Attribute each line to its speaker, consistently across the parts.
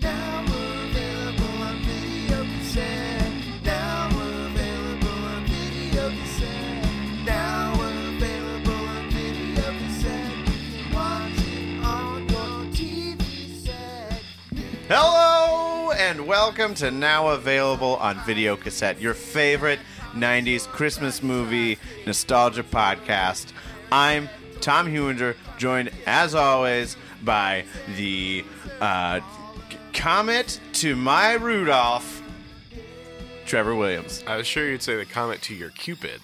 Speaker 1: Now we're available on video cassette. Now we're available on video cassette. Now we're available on video cassette. You can watch it on your TV set.
Speaker 2: Hello and welcome to now available on video cassette, your favorite 90s Christmas movie nostalgia podcast. I'm Tom Hewinger, joined as always by the uh, c- comet to my Rudolph, Trevor Williams.
Speaker 3: I was sure you'd say the comet to your Cupid,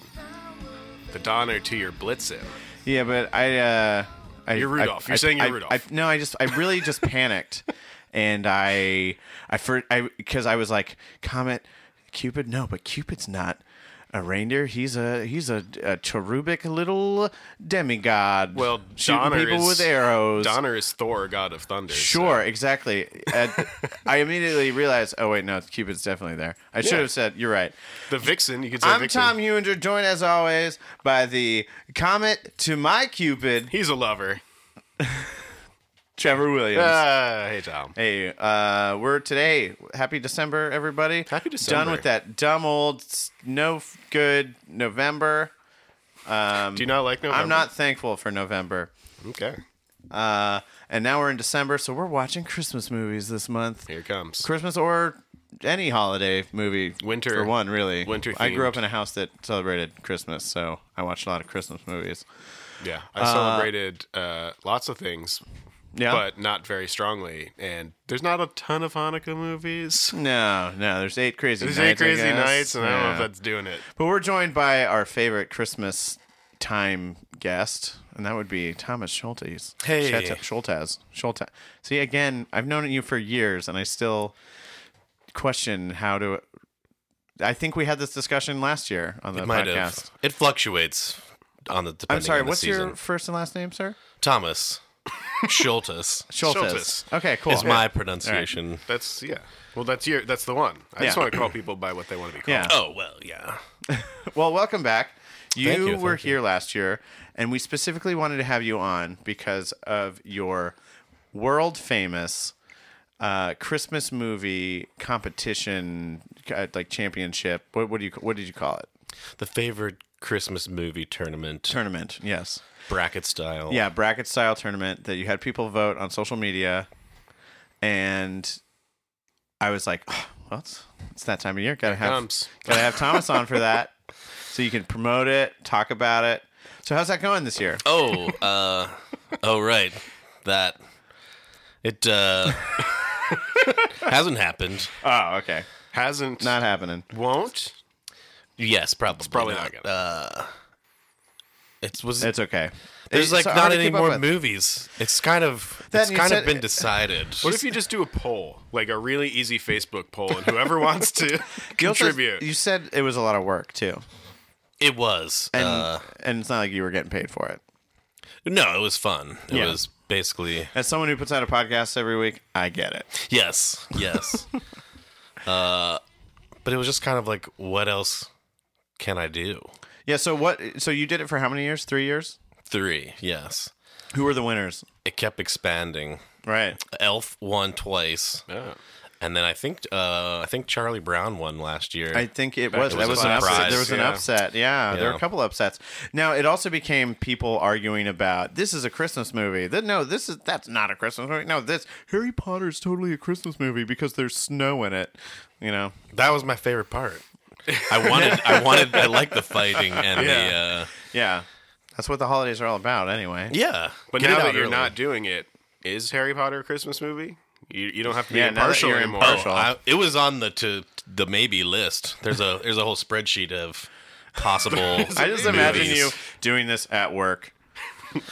Speaker 3: the Donner to your Blitzen.
Speaker 2: Yeah, but I. Uh, I
Speaker 3: You're Rudolph.
Speaker 2: I-
Speaker 3: You're
Speaker 2: I-
Speaker 3: saying you're
Speaker 2: I-
Speaker 3: Rudolph.
Speaker 2: I- no, I just, I really just panicked, and I, I for, I because I was like, Comet, Cupid, no, but Cupid's not a reindeer. He's a, he's a, a cherubic little demigod.
Speaker 3: Well,
Speaker 2: shooting
Speaker 3: Donner
Speaker 2: people
Speaker 3: is,
Speaker 2: with arrows.
Speaker 3: Donner is uh, Thor, god of thunder. so-
Speaker 2: Sure, exactly. And I immediately realized, oh wait, no, Cupid's definitely there. I should
Speaker 3: Yeah.
Speaker 2: have said, you're right.
Speaker 3: The Vixen, you could say
Speaker 2: I'm
Speaker 3: Vixen.
Speaker 2: Tom Hewinger, joined as always by the comet to my Cupid,
Speaker 3: He's a lover.
Speaker 2: Trevor Williams.
Speaker 3: Ah, hey Tom.
Speaker 2: Hey, uh, we're today. Happy December, everybody.
Speaker 3: Happy December.
Speaker 2: Done with that dumb old, s- no f- good November.
Speaker 3: Do you not like November?
Speaker 2: Um, I'm not thankful for November.
Speaker 3: Okay.
Speaker 2: Uh, and now we're in December, so we're watching Christmas movies this month.
Speaker 3: Here it comes.
Speaker 2: Christmas or any holiday movie.
Speaker 3: Winter-
Speaker 2: For one, really.
Speaker 3: winter
Speaker 2: I grew up
Speaker 3: themed.
Speaker 2: in a house that celebrated Christmas, so I watched a lot of Christmas movies.
Speaker 3: Yeah, I celebrated uh, lots of things,
Speaker 2: Yeah.
Speaker 3: but not very strongly. And there's not a ton of Hanukkah movies.
Speaker 2: no, no, there's eight crazy
Speaker 3: There's eight
Speaker 2: nights. I
Speaker 3: crazy
Speaker 2: guess.
Speaker 3: nights, and I don't know
Speaker 2: Yeah.
Speaker 3: if that's doing it.
Speaker 2: But we're joined by our favorite Christmas time guest, and that would be Thomas Schultes.
Speaker 3: Hey.
Speaker 2: Schultes. Schultes. See, again, I've known you for years, and I still question how to. I think we had this discussion last year on the
Speaker 4: Might
Speaker 2: podcast.
Speaker 4: have. It fluctuates on the. Depending
Speaker 2: I'm sorry.
Speaker 4: on the
Speaker 2: What's
Speaker 4: season.
Speaker 2: your first and last name, sir?
Speaker 4: Thomas Schultes?
Speaker 2: Schultes.
Speaker 3: Schultes.
Speaker 2: Okay, cool.
Speaker 4: Is my pronunciation?
Speaker 3: That's yeah. Well, that's your. That's the one. I just
Speaker 2: Yeah.
Speaker 3: want to call people by what they want to be called.
Speaker 2: Yeah.
Speaker 4: Oh well, yeah.
Speaker 2: Well, welcome back. You,
Speaker 4: Thank you,
Speaker 2: were
Speaker 4: thank you.
Speaker 2: here last year, and we specifically wanted to have you on because of your world famous uh, Christmas movie competition, uh, like championship. What, what do you what did you call it?
Speaker 4: The favorite Christmas movie tournament,
Speaker 2: Tournament. Yes.
Speaker 4: bracket style.
Speaker 2: Yeah, bracket style tournament that you had people vote on social media, and I was like, oh, well, it's, it's that time of year. Gotta have
Speaker 3: comes.
Speaker 2: gotta have Thomas on for that, so you can promote it, talk about it. So how's that going this year?
Speaker 4: Oh, uh, oh right, that it uh, hasn't happened.
Speaker 2: Oh, okay.
Speaker 3: Hasn't.
Speaker 2: Not happening.
Speaker 3: won't.
Speaker 4: Yes, probably. It's
Speaker 3: probably not gonna-
Speaker 4: Uh, it was.
Speaker 2: It's okay. It's
Speaker 4: there's like
Speaker 2: hard
Speaker 4: not
Speaker 2: to
Speaker 4: any
Speaker 2: keep up
Speaker 4: more
Speaker 2: with.
Speaker 4: movies. It's kind of.
Speaker 2: That
Speaker 4: it's
Speaker 2: you
Speaker 4: kind
Speaker 2: said-
Speaker 4: of been decided.
Speaker 3: What if you just do a poll, like a really easy Facebook poll, and whoever wants to
Speaker 2: You also-
Speaker 3: contribute?
Speaker 2: You said it was a lot of work too,
Speaker 4: it was?
Speaker 2: and
Speaker 4: uh,
Speaker 2: and it's not like you were getting paid for it.
Speaker 4: no, it was fun. It
Speaker 2: Yeah.
Speaker 4: was basically
Speaker 2: As someone who puts out a podcast every week, I get it.
Speaker 4: Yes, yes. uh, but it was just kind of like, what else can I do?
Speaker 2: Yeah. So what? So you did it for how many years? Three years.
Speaker 4: Three, yes.
Speaker 2: Who were the winners?
Speaker 4: It kept expanding.
Speaker 2: Right.
Speaker 4: Elf won twice,
Speaker 3: Yeah.
Speaker 4: and then I think uh, I think Charlie Brown won last year.
Speaker 2: I think it was.
Speaker 3: to
Speaker 2: That
Speaker 3: the
Speaker 2: was an
Speaker 4: surprise,
Speaker 2: upset. There was an
Speaker 3: yeah.
Speaker 2: upset. Yeah, there were a
Speaker 4: Yeah.
Speaker 2: couple upsets. Now it also became people arguing about this is a Christmas movie. Th- No, this is that's not a Christmas movie. No, this Harry Potter is totally a Christmas movie because there's snow in it. You know.
Speaker 4: that was my favorite part. I wanted, I wanted, I liked the fighting and the uh,
Speaker 2: Yeah. That's what the holidays are all about, anyway.
Speaker 4: yeah.
Speaker 3: But
Speaker 4: Get it
Speaker 3: now that
Speaker 4: out
Speaker 3: you're
Speaker 4: early.
Speaker 3: not doing it, is Harry Potter a Christmas movie? You, you don't have to be
Speaker 2: Yeah, now that
Speaker 3: impartial
Speaker 2: you're
Speaker 3: anymore.
Speaker 4: Oh,
Speaker 2: impartial.
Speaker 4: I, it was on the to the maybe list. There's a there's a whole spreadsheet of possible.
Speaker 2: I just imagine
Speaker 4: movies.
Speaker 2: you doing this at work.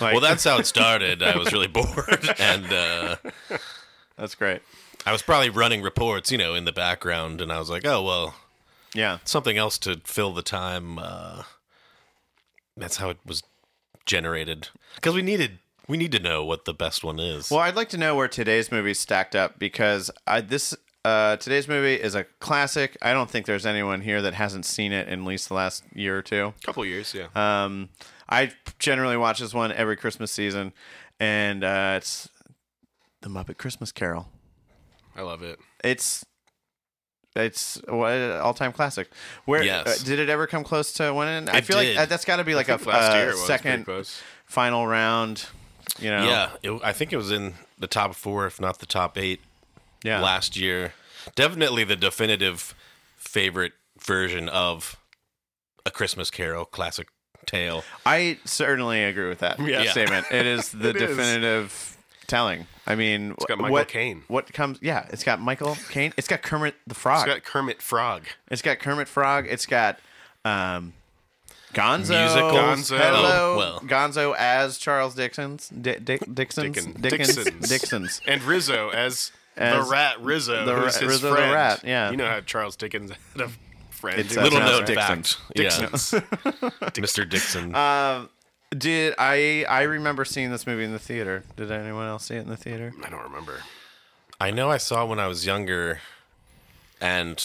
Speaker 2: Like,
Speaker 4: Well, that's how it started. I was really bored, and uh,
Speaker 2: that's great.
Speaker 4: I was probably running reports, you know, in the background, and I was like, "Oh well,
Speaker 2: Yeah.
Speaker 4: something else to fill the time uh, that's how it was generated because we needed we need to know what the best one is.
Speaker 2: Well, I'd like to know where today's movie stacked up because I, this uh, today's movie is a classic. I don't think there's anyone here that hasn't seen it in at least the last year or two.
Speaker 3: couple years, yeah.
Speaker 2: Um, I generally watch this one every Christmas season, and uh, it's the Muppet Christmas Carol.
Speaker 3: I love it.
Speaker 2: It's it's all time classic. Where
Speaker 4: Yes.
Speaker 2: uh, did it ever come close to winning? I
Speaker 4: It
Speaker 2: feel
Speaker 4: did.
Speaker 2: like that- that's got to be like a
Speaker 3: I think last
Speaker 2: uh,
Speaker 3: year it was
Speaker 2: second
Speaker 3: pretty close.
Speaker 2: final round. You know,
Speaker 4: yeah, it, I think it was in the top four, if not the top eight,
Speaker 2: yeah.
Speaker 4: last year. Definitely the definitive favorite version of a Christmas Carol classic tale.
Speaker 2: I certainly agree with that
Speaker 4: Yeah.
Speaker 2: statement. It is the
Speaker 3: It is.
Speaker 2: definitive telling. I mean, it's
Speaker 3: got Michael
Speaker 2: what,
Speaker 3: Caine.
Speaker 2: What comes? Yeah, it's got Michael Caine. It's got Kermit the Frog.
Speaker 3: It's got Kermit Frog.
Speaker 2: Kermit Frog. It's got um, Gonzo.
Speaker 4: Musical.
Speaker 3: Gonzo.
Speaker 2: Hello.
Speaker 4: Oh, well.
Speaker 2: Gonzo as Charles Dixon's. Di- Dick Dixon's.
Speaker 3: Dickens.
Speaker 2: Dickens.
Speaker 3: Dixon's.
Speaker 2: Dixon's.
Speaker 3: And Rizzo as,
Speaker 2: As
Speaker 3: the rat Rizzo,
Speaker 2: the
Speaker 3: who's
Speaker 2: ra-
Speaker 3: his
Speaker 2: Rizzo the
Speaker 3: friend.
Speaker 2: rat, yeah.
Speaker 3: You know how Charles Dickens had a friend.
Speaker 2: It's
Speaker 3: who
Speaker 2: a-
Speaker 3: was
Speaker 4: Little
Speaker 2: sounds
Speaker 4: known
Speaker 2: right.
Speaker 4: fact,
Speaker 3: Dixon's.
Speaker 4: yeah, Mr. Dixon. Uh,
Speaker 2: Did I? I remember seeing this movie in the theater. Did anyone else see it in the theater?
Speaker 3: I don't remember.
Speaker 4: I know I saw when I was younger, and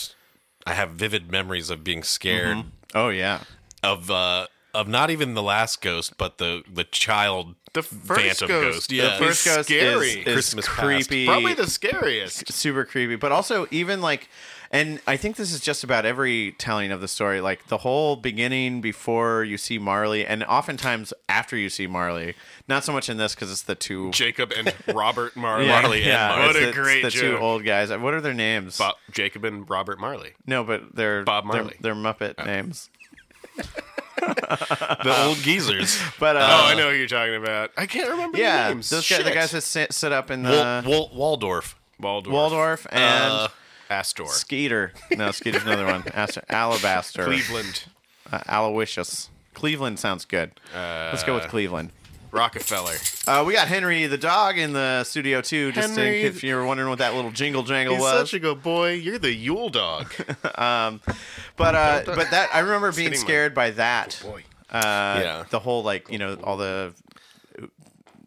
Speaker 4: I have vivid memories of being scared
Speaker 2: Oh yeah.
Speaker 4: of uh, of not even the last ghost, but the the child,
Speaker 3: The first
Speaker 4: phantom
Speaker 3: ghost.
Speaker 4: ghost.
Speaker 3: The
Speaker 4: Yeah,
Speaker 3: first- It's scary.
Speaker 2: Is, is
Speaker 4: Christmas past.
Speaker 2: creepy.
Speaker 3: Probably the scariest.
Speaker 2: super creepy but also even like and i think this is just about every telling of the story like the whole beginning before you see marley and oftentimes after you see marley not so much in this because it's the two
Speaker 3: Jacob and Robert Marley.
Speaker 2: Yeah,
Speaker 4: Marley and
Speaker 2: yeah, it's
Speaker 4: Marley.
Speaker 3: What a
Speaker 2: the, it's
Speaker 3: great
Speaker 2: the two
Speaker 3: joke.
Speaker 2: old guys Uh, what are their names
Speaker 3: Bob, Jacob and Robert Marley.
Speaker 2: no but they're
Speaker 3: Bob
Speaker 2: they're-
Speaker 3: Marley.
Speaker 2: they're, muppet names
Speaker 4: Uh. the old geezers.
Speaker 2: but uh,
Speaker 3: oh, I know who you're talking about. I can't remember
Speaker 2: yeah
Speaker 3: the names.
Speaker 2: those guys, the
Speaker 3: Shit.
Speaker 2: guys that sit, sit up in
Speaker 4: Wal-
Speaker 2: the
Speaker 4: Wal- Waldorf.
Speaker 3: Waldorf.
Speaker 2: Uh, waldorf and
Speaker 4: Uh,
Speaker 3: Astor.
Speaker 2: skeeter no skeeter's another one Ast- alabaster
Speaker 3: Cleveland.
Speaker 2: uh, aloysius cleveland sounds good let's go
Speaker 4: Uh,
Speaker 2: with cleveland
Speaker 3: Rockefeller.
Speaker 2: Uh, we got Henry the dog in the studio too. Just in
Speaker 3: Henry-
Speaker 2: if you were wondering what that little jingle jangle was,
Speaker 3: a good boy. You're the Yule dog.
Speaker 2: but uh, but that I remember being
Speaker 3: Sitting like-
Speaker 2: scared by that.
Speaker 3: boy.
Speaker 2: Uh,
Speaker 4: Yeah.
Speaker 2: the whole like you know all the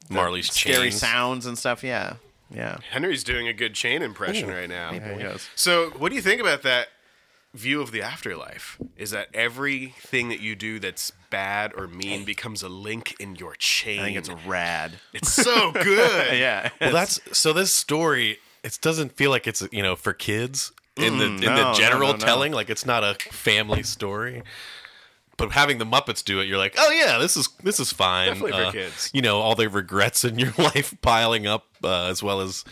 Speaker 4: Marley's
Speaker 2: scary
Speaker 4: chains.
Speaker 2: sounds and stuff. Yeah, yeah.
Speaker 3: Henry's doing a good chain impression right now.
Speaker 2: There he goes.
Speaker 3: So, what do you think about that view of the afterlife? Is that everything that you do that's bad or mean becomes a link in your chain?
Speaker 2: I think it's rad.
Speaker 3: It's so good.
Speaker 2: Yeah.
Speaker 4: Well, that's so. This story it doesn't feel like it's you know for kids in the in
Speaker 2: Mm, no, no,
Speaker 4: the general
Speaker 2: no, no.
Speaker 4: telling. Like it's not a family story. But having the Muppets do it, you're like, oh yeah, this is this is fine. Uh,
Speaker 3: Definitely for kids.
Speaker 4: You know all the regrets in your life piling up, uh, as well as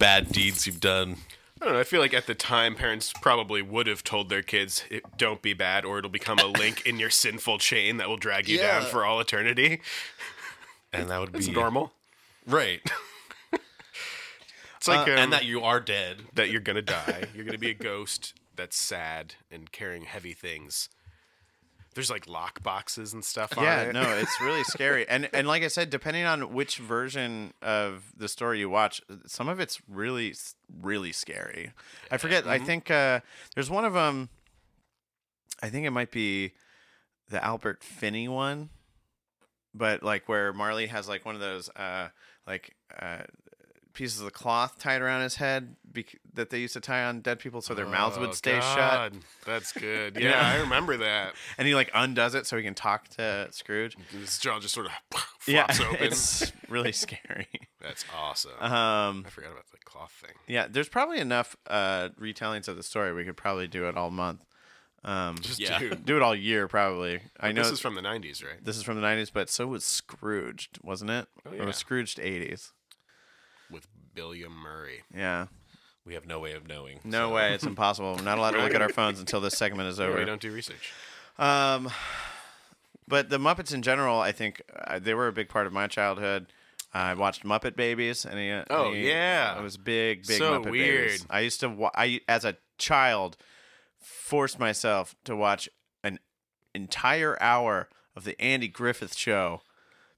Speaker 4: bad deeds you've done.
Speaker 3: I don't know. I feel like at the time, parents probably would have told their kids, "It- "Don't be bad," or it'll become a link in your sinful chain that will drag you down for all eternity.
Speaker 4: And that would
Speaker 3: It's
Speaker 4: be
Speaker 3: normal.
Speaker 4: right? Uh,
Speaker 3: It's like um,
Speaker 4: and that you are dead.
Speaker 3: that you're gonna die. You're gonna be a ghost that's sad and carrying heavy things. There's like lock boxes and stuff on
Speaker 2: Yeah,
Speaker 3: it.
Speaker 2: no, it's really scary, and and like I said, depending on which version of the story you watch, some of it's really, really scary. I forget.
Speaker 3: Mm-hmm.
Speaker 2: I think uh, there's one of them. I think it might be the Albert Finney one, but like where Marley has like one of those uh, like uh, pieces of cloth tied around his head bec- that they used to tie on dead people so their mouths would stay shut.
Speaker 3: Oh, God, That's good. Yeah, I remember that.
Speaker 2: And he like undoes it so he can talk to Scrooge.
Speaker 3: His jaw just sort of flops
Speaker 2: yeah,
Speaker 3: open.
Speaker 2: it's really scary.
Speaker 3: That's awesome.
Speaker 2: Um,
Speaker 3: I forgot about the cloth thing.
Speaker 2: yeah, there's probably enough uh, retellings of the story. We could probably do it all month,
Speaker 3: Just
Speaker 4: Yeah.
Speaker 3: dude.
Speaker 2: do it all year, probably. I know
Speaker 3: This is from the '90s, right?
Speaker 2: the '90s, but so was Scrooged, wasn't it? Or
Speaker 3: Oh, yeah.
Speaker 2: was Scrooged '80s?
Speaker 3: With William Murray.
Speaker 2: Yeah.
Speaker 4: We have no way of knowing.
Speaker 2: No way, it's impossible. We're not allowed to look at our phones until this segment is
Speaker 3: We
Speaker 2: over.
Speaker 3: don't do research.
Speaker 2: Um, but the Muppets in general, I think uh, they were a big part of my childhood. I watched Muppet Babies, and he,
Speaker 3: Oh,
Speaker 2: he-
Speaker 3: yeah.
Speaker 2: I was big, big
Speaker 3: So
Speaker 2: Muppet
Speaker 3: weird.
Speaker 2: Babies. I used to, wa- I as a child, forced myself to watch an entire hour of the Andy Griffith Show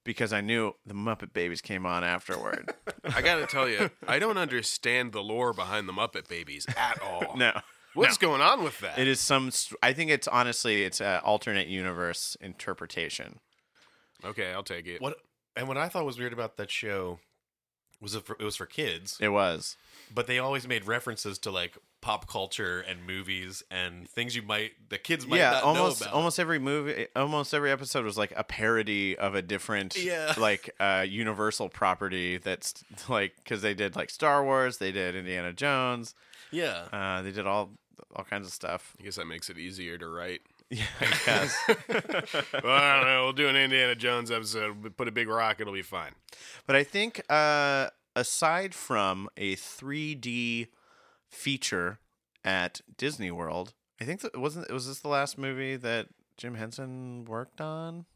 Speaker 2: because I knew the Muppet Babies came on afterward.
Speaker 3: I gotta tell you, I don't understand the lore behind the Muppet Babies at all.
Speaker 2: no.
Speaker 3: What's going on with that?
Speaker 2: It is some. s- I think it's honestly it's an alternate universe interpretation.
Speaker 3: Okay, I'll take it.
Speaker 4: What and what I thought was weird about that show was it, for, it was for kids,
Speaker 2: It was.
Speaker 4: but they always made references to like pop culture and movies and things you might the kids might
Speaker 2: yeah,
Speaker 4: not
Speaker 2: almost
Speaker 4: know about.
Speaker 2: almost every movie, eh, almost every episode was like a parody of a different,
Speaker 4: Yeah.
Speaker 2: like uh, Universal property. That's like because they did like Star Wars, they did Indiana Jones,
Speaker 4: yeah.
Speaker 2: uh, they did all all kinds of stuff.
Speaker 3: I guess that makes it easier to write.
Speaker 2: Yeah, I guess.
Speaker 3: well, I don't know. We'll do an Indiana Jones episode. We Put a big rock. It'll be fine.
Speaker 2: But I think uh, aside from a 3D feature at Disney World, I think that wasn't was this the last movie that Jim Henson worked on?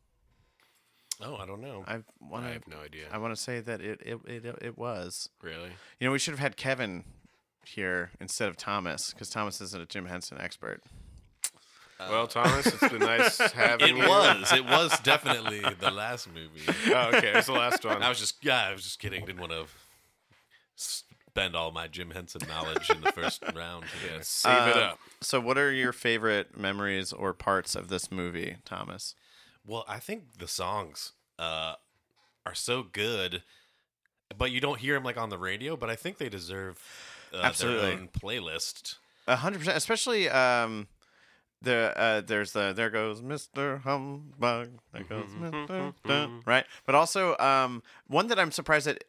Speaker 4: Oh, I don't know.
Speaker 2: I want
Speaker 3: I
Speaker 2: to
Speaker 3: have no idea.
Speaker 2: I want to say that it it, it it was.
Speaker 3: really?
Speaker 2: You know, we should have had Kevin here instead of Thomas because Thomas isn't a Jim Henson expert.
Speaker 3: well, Thomas, it's been nice having
Speaker 4: Uh, It
Speaker 3: you.
Speaker 4: was. It was definitely the last movie.
Speaker 3: Oh, okay. It's the last one.
Speaker 4: I was just yeah, I was just kidding. Didn't want to spend all my Jim Henson knowledge in the first round. Here.
Speaker 3: Save it
Speaker 2: Uh,
Speaker 3: up.
Speaker 2: So, what are your favorite memories or parts of this movie, Thomas?
Speaker 4: Well, I think the songs uh, are so good, but you don't hear them like on the radio. But I think they deserve uh,
Speaker 2: Absolutely.
Speaker 4: their own playlist.
Speaker 2: A hundred percent, especially um, the uh, there's the there goes Mister Humbug, there goes Mister, right? But also um, one that I'm surprised that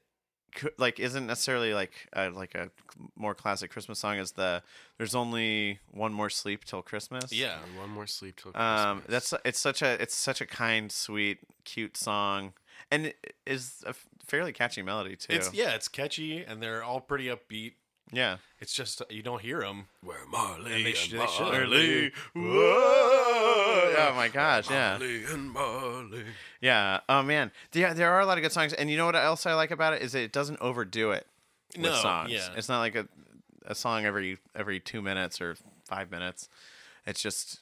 Speaker 2: cou- like isn't necessarily like uh, like a more classic Christmas song is the there's only one more sleep till Christmas.
Speaker 4: Yeah,
Speaker 3: One more sleep till
Speaker 2: Um,
Speaker 3: Christmas.
Speaker 2: that's it's such a it's such a kind, sweet, cute song, and it is a f- fairly catchy melody too.
Speaker 4: it's yeah, it's catchy, and they're all pretty upbeat.
Speaker 2: yeah.
Speaker 4: It's just you don't hear them.
Speaker 3: where Marley
Speaker 4: And they
Speaker 3: and
Speaker 4: sh- they should-
Speaker 3: Marley,
Speaker 2: Oh my gosh, yeah,
Speaker 3: Marley and Marley.
Speaker 2: yeah. Oh man, yeah, there are a lot of good songs, and you know what else I like about it is that it doesn't overdo it with
Speaker 4: No,
Speaker 2: songs.
Speaker 4: yeah.
Speaker 2: It's not like a a song every every two minutes or five minutes. It's just.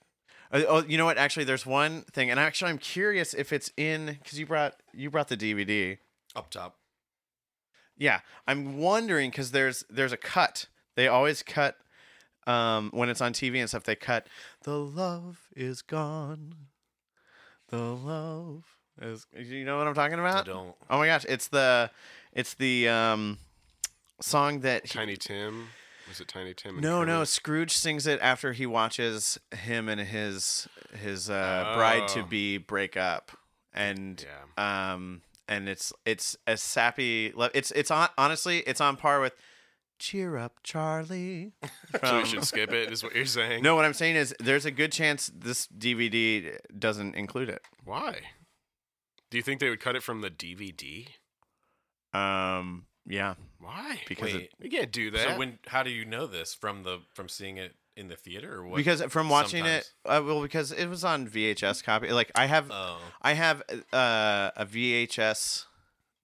Speaker 2: Oh, oh, you know what? Actually, there's one thing, and actually, I'm curious if it's in because you brought you brought the DVD.
Speaker 4: Up top,
Speaker 2: Yeah, I'm wondering because there's there's a cut. They always cut um, when it's on TV and stuff. They cut the love is gone. The love is. You know what I'm talking
Speaker 3: Uh,
Speaker 2: about?
Speaker 4: I don't.
Speaker 2: Oh my gosh, it's the it's the um, song that he,
Speaker 3: Tiny Tim. Was it Tiny Tim? and
Speaker 2: no no
Speaker 3: Kermit?
Speaker 2: Scrooge sings it after he watches him and his his uh, bride to be break up and
Speaker 3: Yeah.
Speaker 2: um and it's it's a sappy lo- it's it's on honestly it's on par with cheer up charlie
Speaker 3: So we should skip it, is what you're saying.
Speaker 2: no what i'm saying is there's a good chance this dvd doesn't include it
Speaker 3: Why? Do you think they would cut it from the DVD?
Speaker 2: um yeah
Speaker 3: Why?
Speaker 2: because it,
Speaker 4: Wait.
Speaker 3: we can't do that.
Speaker 4: So when? How do you know this from the from seeing it in the theater or what?
Speaker 2: because from watching it uh, well because it was on vhs copy like i have
Speaker 4: Oh.
Speaker 2: i have uh, a vhs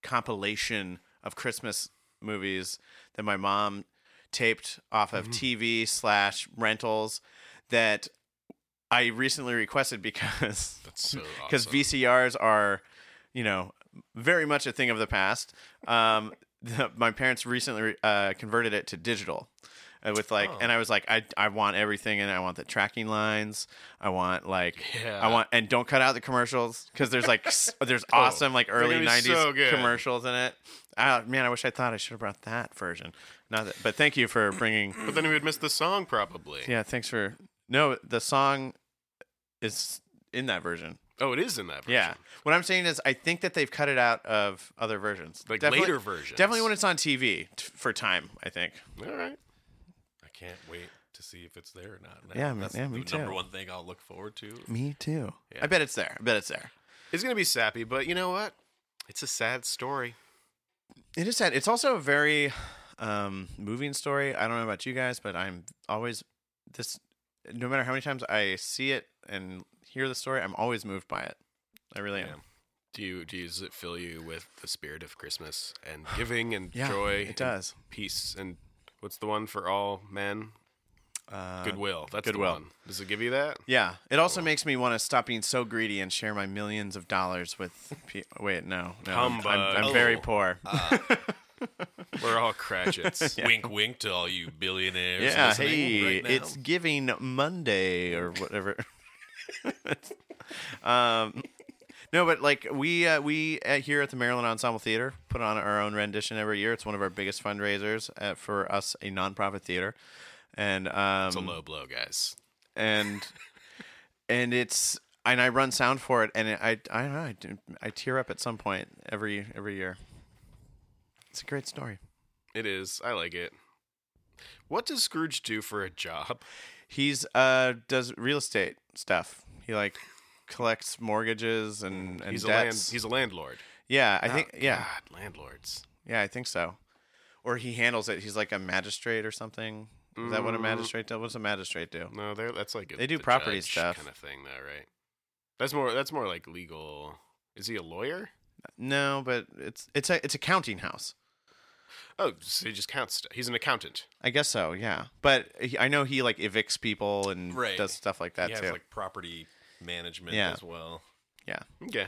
Speaker 2: compilation of christmas movies that my mom taped off of tv slash rentals that i recently requested because
Speaker 3: That's so
Speaker 2: because
Speaker 3: awesome.
Speaker 2: VCRs are, you know, very much a thing of the past. Um, the, my parents recently uh, converted it to digital, uh, with like, and
Speaker 3: Oh.
Speaker 2: I was like, I I want everything, and I want the tracking lines, I want like,
Speaker 3: Yeah.
Speaker 2: I want, and don't cut out the commercials because there's like, s- there's awesome like early
Speaker 3: gonna be
Speaker 2: '90s
Speaker 3: so good.
Speaker 2: commercials in it. Ah, man, I wish I thought I should have brought that version. Not that, but thank you for bringing.
Speaker 3: But then we would miss the song probably.
Speaker 2: Yeah, thanks for. No, the song is in that version.
Speaker 3: Oh, it is in that version.
Speaker 2: Yeah. What I'm saying is, I think that they've cut it out of other versions,
Speaker 3: Like later versions.
Speaker 2: Definitely when it's on TV t- for time. I think.
Speaker 3: All right.
Speaker 4: I can't wait to see if it's there or not.
Speaker 2: Yeah, m-
Speaker 4: that's
Speaker 2: yeah,
Speaker 4: the
Speaker 2: me
Speaker 4: number
Speaker 2: too.
Speaker 4: one thing I'll look forward to.
Speaker 2: Me too. I bet it's there. I bet it's there.
Speaker 3: It's going to be sappy, but you know what? It's a sad story.
Speaker 2: It is sad. It's also a very um, moving story. I don't know about you guys, but I'm always this. No matter how many times I see it and hear the story, I'm always moved by it. I really am.
Speaker 3: Do you do you, does it fill you with the spirit of Christmas and giving and
Speaker 2: Yeah,
Speaker 3: joy?
Speaker 2: it
Speaker 3: and
Speaker 2: does.
Speaker 3: peace and what's the one for all men?
Speaker 2: Uh,
Speaker 3: Goodwill. That's
Speaker 2: Goodwill.
Speaker 3: the one. Does it give you that?
Speaker 2: Yeah. It also makes me want to stop being so greedy and share my millions of dollars with. Pe- Wait, no, no. I'm- I'm, I'm,
Speaker 3: Humbug.
Speaker 2: very
Speaker 4: Oh.
Speaker 2: poor.
Speaker 3: We're all Cratchits.
Speaker 4: Wink, wink to all you billionaires.
Speaker 2: Yeah,
Speaker 4: listening
Speaker 2: hey,
Speaker 4: right now.
Speaker 2: it's Giving Monday or whatever. um, No, but like we uh, we uh, here at the Maryland Ensemble Theater put on our own rendition every year. It's one of our biggest fundraisers uh, for us, a nonprofit theater, and um,
Speaker 3: It's a low blow, guys.
Speaker 2: and and it's and I run sound for it, and it, I I don't know I, do- I tear up at some point every every year. It's a great story.
Speaker 3: It is. I like it. What does Scrooge do for a job?
Speaker 2: He's uh does real estate stuff. He like collects mortgages and and
Speaker 3: He's a land,
Speaker 2: debts.
Speaker 3: he's a landlord.
Speaker 2: yeah, I think
Speaker 3: Oh,
Speaker 2: yeah.
Speaker 3: God, landlords.
Speaker 2: Yeah, I think so. Or he handles it. He's like a magistrate or something. Is that
Speaker 3: Mm.
Speaker 2: what a magistrate does? What does a magistrate do?
Speaker 3: No, they're that's like a,
Speaker 2: They do property stuff.
Speaker 3: kind of thing, though, right? That's more that's more like legal. Is he a lawyer?
Speaker 2: No, but it's it's a it's a counting house.
Speaker 3: Oh, so he just counts. Stuff. He's an accountant.
Speaker 2: I guess so. Yeah, but he, I know he like evicts people and
Speaker 4: Right.
Speaker 2: does stuff like that
Speaker 4: he has
Speaker 2: too.
Speaker 4: like property management
Speaker 2: Yeah.
Speaker 4: as well.
Speaker 2: yeah,
Speaker 3: Okay.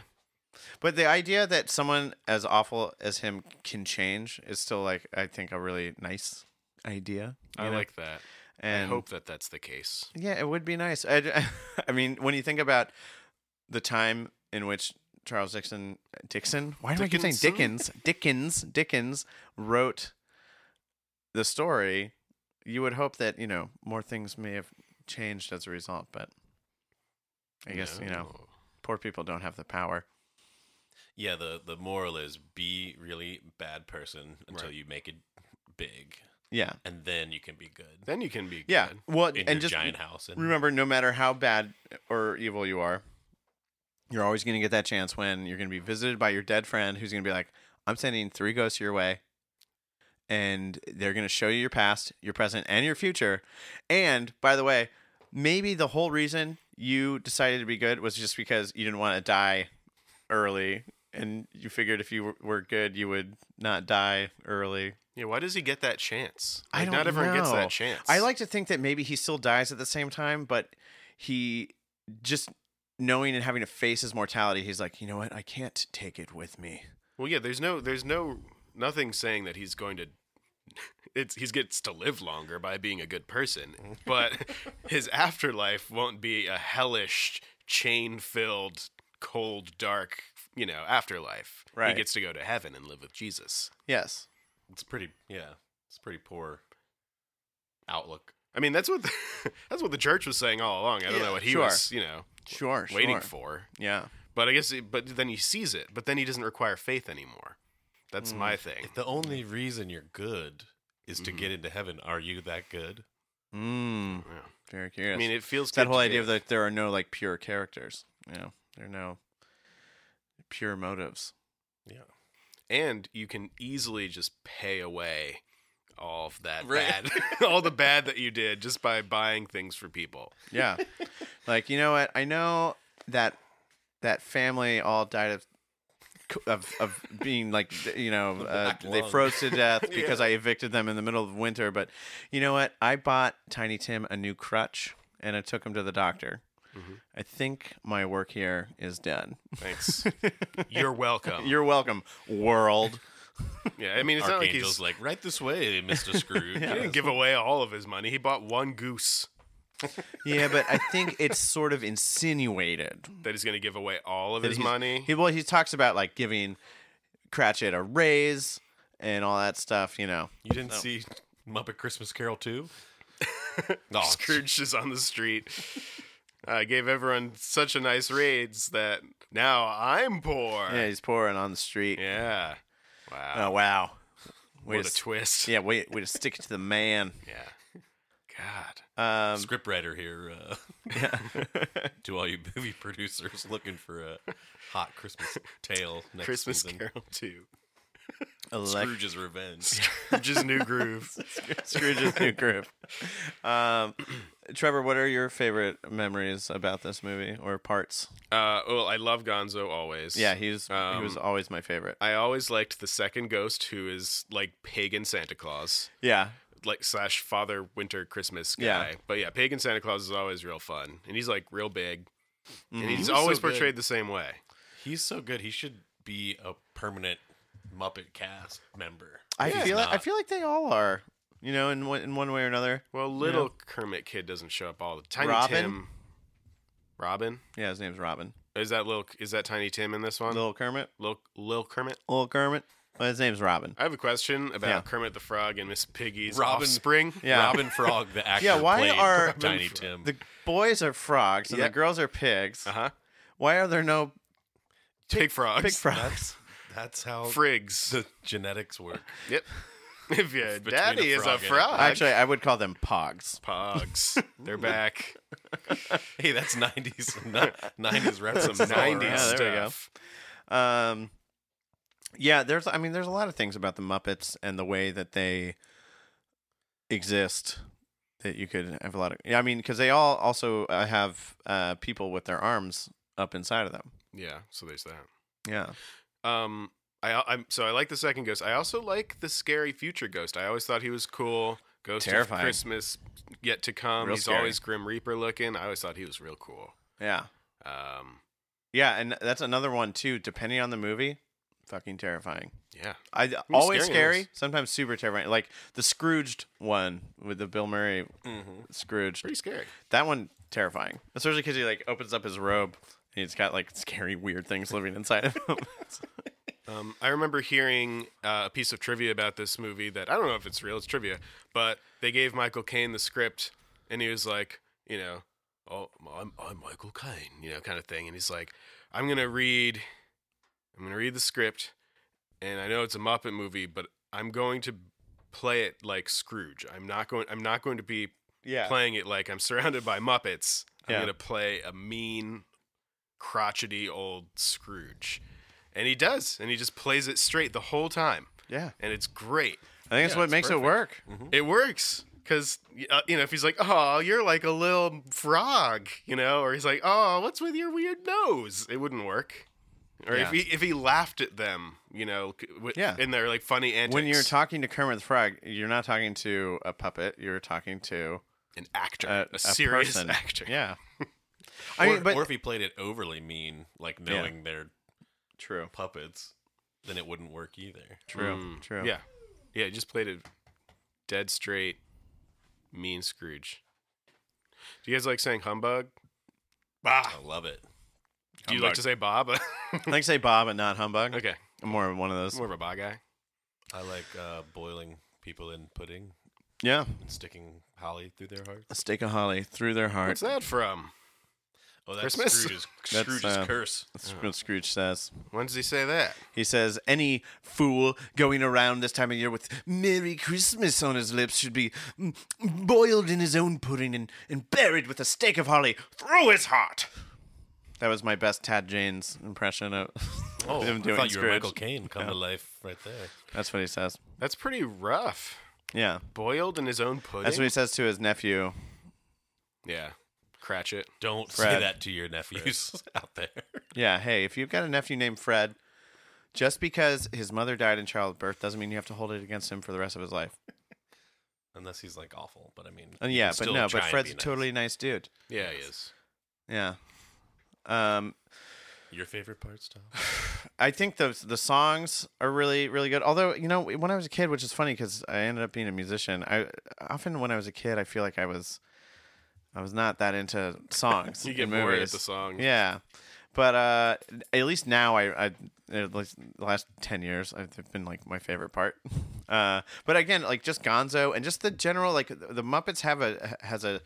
Speaker 2: but the idea that someone as awful as him can change is still like I think a really nice idea. you
Speaker 3: I
Speaker 2: know?
Speaker 3: like that. I
Speaker 2: and
Speaker 3: hope that that's the case.
Speaker 2: Yeah, it would be nice. I, I mean, when you think about the time in which Charles Dixon, Dixon, why do I keep saying Dickens,
Speaker 3: Dickinson?
Speaker 2: Dickens, Dickens wrote the story, you would hope that you know more things may have changed as a result. But I guess you know,
Speaker 3: No.
Speaker 2: poor people don't have the power.
Speaker 4: Yeah, the the moral is be really bad person until
Speaker 3: Right.
Speaker 4: you make it big,
Speaker 2: Yeah,
Speaker 4: and then you can be good
Speaker 3: Then you can be.
Speaker 2: yeah.
Speaker 3: good.
Speaker 2: Well,
Speaker 4: in
Speaker 2: and
Speaker 4: your
Speaker 2: just
Speaker 4: giant house. And
Speaker 2: remember, no matter how bad or evil you are, you're always going to get that chance when you're going to be visited by your dead friend who's going to be like, I'm sending three ghosts your way. And they're going to show you your past, your present, and your future. And by the way, maybe the whole reason you decided to be good was just because you didn't want to die early. And you figured if you were- were good, you would not die early.
Speaker 3: Yeah. Why does he get that chance?
Speaker 2: I
Speaker 3: Like,
Speaker 2: don't
Speaker 3: not everyone gets
Speaker 2: know.
Speaker 3: that chance.
Speaker 2: I like to think that maybe he still dies at the same time, but he just knowing and having to face his mortality, he's like, you know what? I can't take it with me.
Speaker 3: Well, yeah. There's no. There's no. Nothing saying that he's going to. It's he gets to live longer by being a good person, but his afterlife won't be a hellish, chain-filled, cold, dark, you know, afterlife. He
Speaker 2: Right.
Speaker 3: gets to go to heaven and live with Jesus.
Speaker 2: Yes.
Speaker 4: it's pretty, yeah, it's pretty poor outlook.
Speaker 3: I mean, that's what the, that's what the church was saying all along. I don't
Speaker 2: Yeah,
Speaker 3: know what he
Speaker 2: sure.
Speaker 3: was, you know,
Speaker 2: Sure.
Speaker 3: waiting
Speaker 2: sure.
Speaker 3: for.
Speaker 2: Yeah.
Speaker 3: But I guess, it, but then he sees it. But then he doesn't require faith anymore. That's
Speaker 2: Mm.
Speaker 3: my thing.
Speaker 4: If the only reason you're good is
Speaker 2: mm-hmm.
Speaker 4: to get into heaven, are you that good?
Speaker 2: Mm.
Speaker 3: Yeah.
Speaker 2: Very curious.
Speaker 3: I mean, it feels
Speaker 2: it's that
Speaker 3: good
Speaker 2: whole
Speaker 3: to
Speaker 2: idea of
Speaker 3: be-
Speaker 2: that there are no like pure characters. You know, there are no pure motives.
Speaker 4: Yeah.
Speaker 3: and you can easily just pay away all of that
Speaker 4: Right.
Speaker 3: bad, all the bad that you did just by buying things for people.
Speaker 2: Yeah. like, you know what? I know that that family all died of of, of being like you know uh,
Speaker 4: black
Speaker 2: they
Speaker 4: lung.
Speaker 2: froze to death because I evicted them in the middle of winter but you know what I bought Tiny Tim a new crutch and I took him to the doctor I think my work here is done
Speaker 3: Thanks. You're welcome.
Speaker 2: you're welcome world
Speaker 3: yeah, I mean, it's not like
Speaker 4: Archangel's
Speaker 3: he's
Speaker 4: like, right this way, Mister Scrooge.
Speaker 3: he didn't give away all of his money. He bought one goose
Speaker 2: yeah but I think it's sort of insinuated
Speaker 3: that he's going to give away all of
Speaker 2: that
Speaker 3: his
Speaker 2: he's-
Speaker 3: money.
Speaker 2: He well, he talks about like giving Cratchit a raise and all that stuff. You know,
Speaker 4: You didn't see Muppet Christmas Carol two? no,
Speaker 3: Scrooge is on the street. I gave everyone such a nice raids that now I'm poor.
Speaker 2: yeah, he's poor and on the street.
Speaker 3: Yeah. Wow.
Speaker 2: Oh wow, way
Speaker 3: what
Speaker 2: to
Speaker 3: a
Speaker 2: s-
Speaker 3: twist.
Speaker 2: yeah, way way to stick it to the man.
Speaker 3: Yeah. God.
Speaker 2: Um,
Speaker 4: scriptwriter here. Uh, to all you movie producers looking for a hot Christmas tale next
Speaker 3: Christmas
Speaker 4: season.
Speaker 3: Carol 2.
Speaker 2: elect-
Speaker 4: Scrooge's revenge.
Speaker 3: Scrooge's new groove.
Speaker 2: Scrooge's new group. Um, Trevor, what are your favorite memories about this movie or parts?
Speaker 3: Uh, well, I love Gonzo always.
Speaker 2: Yeah, he's he was
Speaker 3: Um,
Speaker 2: always my favorite.
Speaker 3: I always liked the second ghost, who is like pagan Santa Claus,
Speaker 2: Yeah,
Speaker 3: like slash Father Winter Christmas guy.
Speaker 2: Yeah.
Speaker 3: But yeah, pagan Santa Claus is always real fun, and he's like real big,
Speaker 2: Mm-hmm.
Speaker 3: and
Speaker 4: He was
Speaker 3: he's
Speaker 4: so
Speaker 3: always
Speaker 4: good.
Speaker 3: portrayed the same way.
Speaker 4: He's so good. He should be a permanent Muppet cast member.
Speaker 2: I
Speaker 4: He's
Speaker 2: feel I
Speaker 4: not.
Speaker 2: feel like they all are. You know, in one, in one way or another.
Speaker 3: Well, little Kermit Kid doesn't show up all the time. Tiny
Speaker 2: Robin?
Speaker 3: Tim, Robin,
Speaker 2: Yeah, his name's Robin.
Speaker 3: Is that little? Is that Tiny Tim in this one?
Speaker 2: Little Kermit.
Speaker 3: Lil, Lil Kermit.
Speaker 2: Little Kermit. Well, his name's Robin.
Speaker 3: I have a question about
Speaker 2: Yeah.
Speaker 3: Kermit the Frog and Miss Piggy's
Speaker 4: Robin-
Speaker 3: offspring.
Speaker 2: Yeah.
Speaker 4: Robin Frog, the actor,
Speaker 2: Yeah, why
Speaker 4: played
Speaker 2: are-
Speaker 4: Tiny Tim?
Speaker 2: The boys are frogs and
Speaker 3: Um, Yep.
Speaker 2: the girls are pigs.
Speaker 3: Uh huh.
Speaker 2: Why are there no
Speaker 3: Pig frogs.
Speaker 2: pig frogs? Oh.
Speaker 4: That's that's how
Speaker 3: Frigs.
Speaker 4: the genetics work.
Speaker 3: yep. if your
Speaker 4: Between a
Speaker 3: daddy is a
Speaker 4: frog and a
Speaker 3: frog.
Speaker 2: Actually, I would call them pogs.
Speaker 3: Pogs. They're back.
Speaker 4: Hey, that's nineties nineties reference.
Speaker 3: Some 90s
Speaker 2: Yeah, there we go.
Speaker 3: stuff.
Speaker 2: Um, yeah, there's. I mean, there's a lot of things about the Muppets and the way that they exist that you could have a lot of. Yeah, I mean, because they all also uh, have uh, people with their arms up inside of them.
Speaker 3: Yeah. So there's that.
Speaker 2: Yeah.
Speaker 3: Um. I, I'm so I like the second ghost. I also like the scary future ghost. I always thought he was cool. Ghost
Speaker 2: Terrifying.
Speaker 3: of Christmas yet to come.
Speaker 2: Real
Speaker 3: He's
Speaker 2: scary.
Speaker 3: always Grim Reaper looking. I always thought he was real cool.
Speaker 2: Yeah.
Speaker 3: Um.
Speaker 2: Yeah, and that's another one too. Depending on the movie, fucking terrifying.
Speaker 3: Yeah.
Speaker 2: I always
Speaker 3: scary
Speaker 2: scary,
Speaker 3: ones.
Speaker 2: sometimes super terrifying. Like the Scrooged one with the Bill Murray Scrooge.
Speaker 3: Pretty scary.
Speaker 2: That one terrifying, especially because he like opens up his robe and he's got like scary, weird things living inside of him.
Speaker 3: Um, I remember hearing uh, a piece of trivia about this movie that I don't know if it's real, it's trivia, but they gave Michael Caine the script, and he was like, you know, oh, I'm, I'm Michael Caine, you know, kind of thing, and he's like, I'm gonna read, I'm gonna read the script, and I know it's a Muppet movie, but I'm going to play it like Scrooge. I'm not going, I'm not going to be
Speaker 2: yeah,
Speaker 3: playing it like I'm surrounded by Muppets. I'm
Speaker 2: Yeah.
Speaker 3: gonna play a mean, crotchety old Scrooge, and he does, and he just plays it straight the whole time,
Speaker 2: yeah.
Speaker 3: and it's great.
Speaker 2: I think that's what makes it work.
Speaker 3: It works because uh, you know if he's like, "Oh, you're like a little frog," you know, or he's like, "Oh, what's with your weird nose?" It wouldn't work. Or if he
Speaker 2: Yeah.
Speaker 3: if he laughed at them, you know, c- w-
Speaker 2: Yeah.
Speaker 3: in their like funny antics,
Speaker 2: When you're talking to Kermit the Frog, you're not talking to a puppet. You're talking to
Speaker 3: an actor,
Speaker 2: uh, a,
Speaker 3: a, serious
Speaker 2: person.
Speaker 3: actor,
Speaker 2: Yeah.
Speaker 4: or,
Speaker 2: I mean, but
Speaker 4: or if he played it overly mean, like knowing they're
Speaker 2: true,
Speaker 4: puppets, then it wouldn't work either.
Speaker 2: true, true.
Speaker 3: Hmm. Mm. Yeah. Yeah, he just played it dead straight, mean Scrooge. Do you guys like saying humbug?
Speaker 4: Bah. I love it.
Speaker 3: Do you like to say Bob?
Speaker 2: I like to say Bob and not humbug.
Speaker 3: okay.
Speaker 2: I'm more of one of those.
Speaker 3: More of a Bob guy.
Speaker 4: I like uh, boiling people in pudding
Speaker 2: Yeah.
Speaker 4: and sticking holly through their heart.
Speaker 2: A stick of holly through their heart.
Speaker 3: What's that from?
Speaker 4: Oh, that's
Speaker 3: Christmas?
Speaker 4: Scrooge's,
Speaker 2: That's,
Speaker 4: Scrooge's
Speaker 2: uh,
Speaker 4: curse.
Speaker 2: That's what Scrooge says.
Speaker 3: When does he say that?
Speaker 2: He says, Any fool going around this time of year with Merry Christmas on his lips should be mm, boiled in his own pudding and, and buried with a stake of holly through his heart. That was my best Tad Jane's impression of
Speaker 4: Oh, I
Speaker 2: him doing
Speaker 4: thought you were
Speaker 2: Scrooge.
Speaker 4: Michael Caine come
Speaker 2: Yeah.
Speaker 4: to life right there.
Speaker 2: That's what he says.
Speaker 3: That's pretty rough.
Speaker 2: Yeah.
Speaker 3: Boiled in his own
Speaker 4: Oh,
Speaker 3: pudding.
Speaker 2: That's what he says to his nephew.
Speaker 3: yeah. Cratchit.
Speaker 4: Don't say
Speaker 2: Fred.
Speaker 4: that to your nephews out there.
Speaker 2: Yeah, hey, if you've got a nephew named Fred, just because his mother died in childbirth doesn't mean you have to hold it against him for the rest of his life.
Speaker 4: Unless he's like awful, but I mean,
Speaker 2: And Uh,
Speaker 4: you
Speaker 2: yeah,
Speaker 4: can
Speaker 2: but
Speaker 4: still
Speaker 2: no,
Speaker 4: try
Speaker 2: but
Speaker 4: and
Speaker 2: Fred's
Speaker 4: be
Speaker 2: a
Speaker 4: nice.
Speaker 2: totally nice dude.
Speaker 3: Yeah, he is.
Speaker 2: Yeah. Um,
Speaker 4: Your favorite parts, Tom?
Speaker 2: I think the the songs are really really good. Although you know, when I was a kid, which is funny because I ended up being a musician. I often when I was a kid, I feel like I was, I was not that into songs.
Speaker 3: You get
Speaker 2: and
Speaker 3: bored at
Speaker 2: movies.
Speaker 3: the song.
Speaker 2: Yeah, but uh, at least now I, I at least the last ten years I've they've been like my favorite part. Uh, but again, like just Gonzo and just the general like the the Muppets have a has a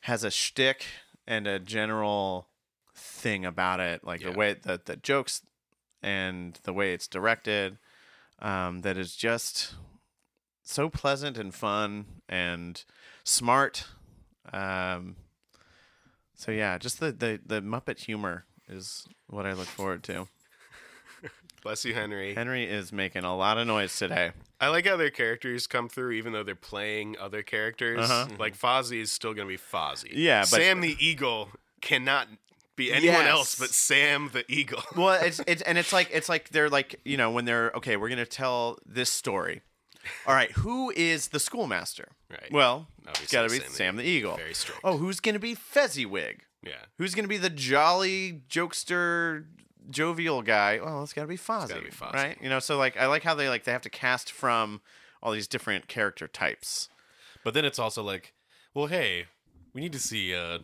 Speaker 2: has a shtick and a general thing about it, like
Speaker 3: Yeah.
Speaker 2: the way that the jokes and the way it's directed, um, that is just so pleasant and fun and smart. Um, so yeah, just the, the the Muppet humor is what I look forward to.
Speaker 3: Bless you, Henry.
Speaker 2: Henry is making a lot of noise today.
Speaker 3: I like how their characters come through, even though they're playing other characters.
Speaker 2: Uh-huh.
Speaker 3: Like
Speaker 4: Mm-hmm.
Speaker 3: Fozzie is still going to be Fozzie.
Speaker 2: Yeah, but-
Speaker 3: Sam the Eagle cannot be anyone
Speaker 2: Yes.
Speaker 3: else but Sam the Eagle.
Speaker 2: Well, it's it's and it's like it's like they're like you know when they're okay, we're gonna tell this story. All right, who is the schoolmaster?
Speaker 3: Right.
Speaker 2: Well, it's
Speaker 3: Obviously
Speaker 2: gotta be
Speaker 3: Sam
Speaker 2: Sam,
Speaker 3: the
Speaker 2: the
Speaker 3: Eagle.
Speaker 2: Eagle.
Speaker 3: Very strict.
Speaker 2: Oh, who's gonna be Fezziwig?
Speaker 3: yeah.
Speaker 2: Who's gonna be the jolly jokester, jovial guy? Well, it's gotta be Fozzie,
Speaker 3: gotta be Fozzie.
Speaker 2: right? You know, so like I like how they like they have to cast from all these different character types.
Speaker 4: But then it's also like, well, hey, we need to see uh,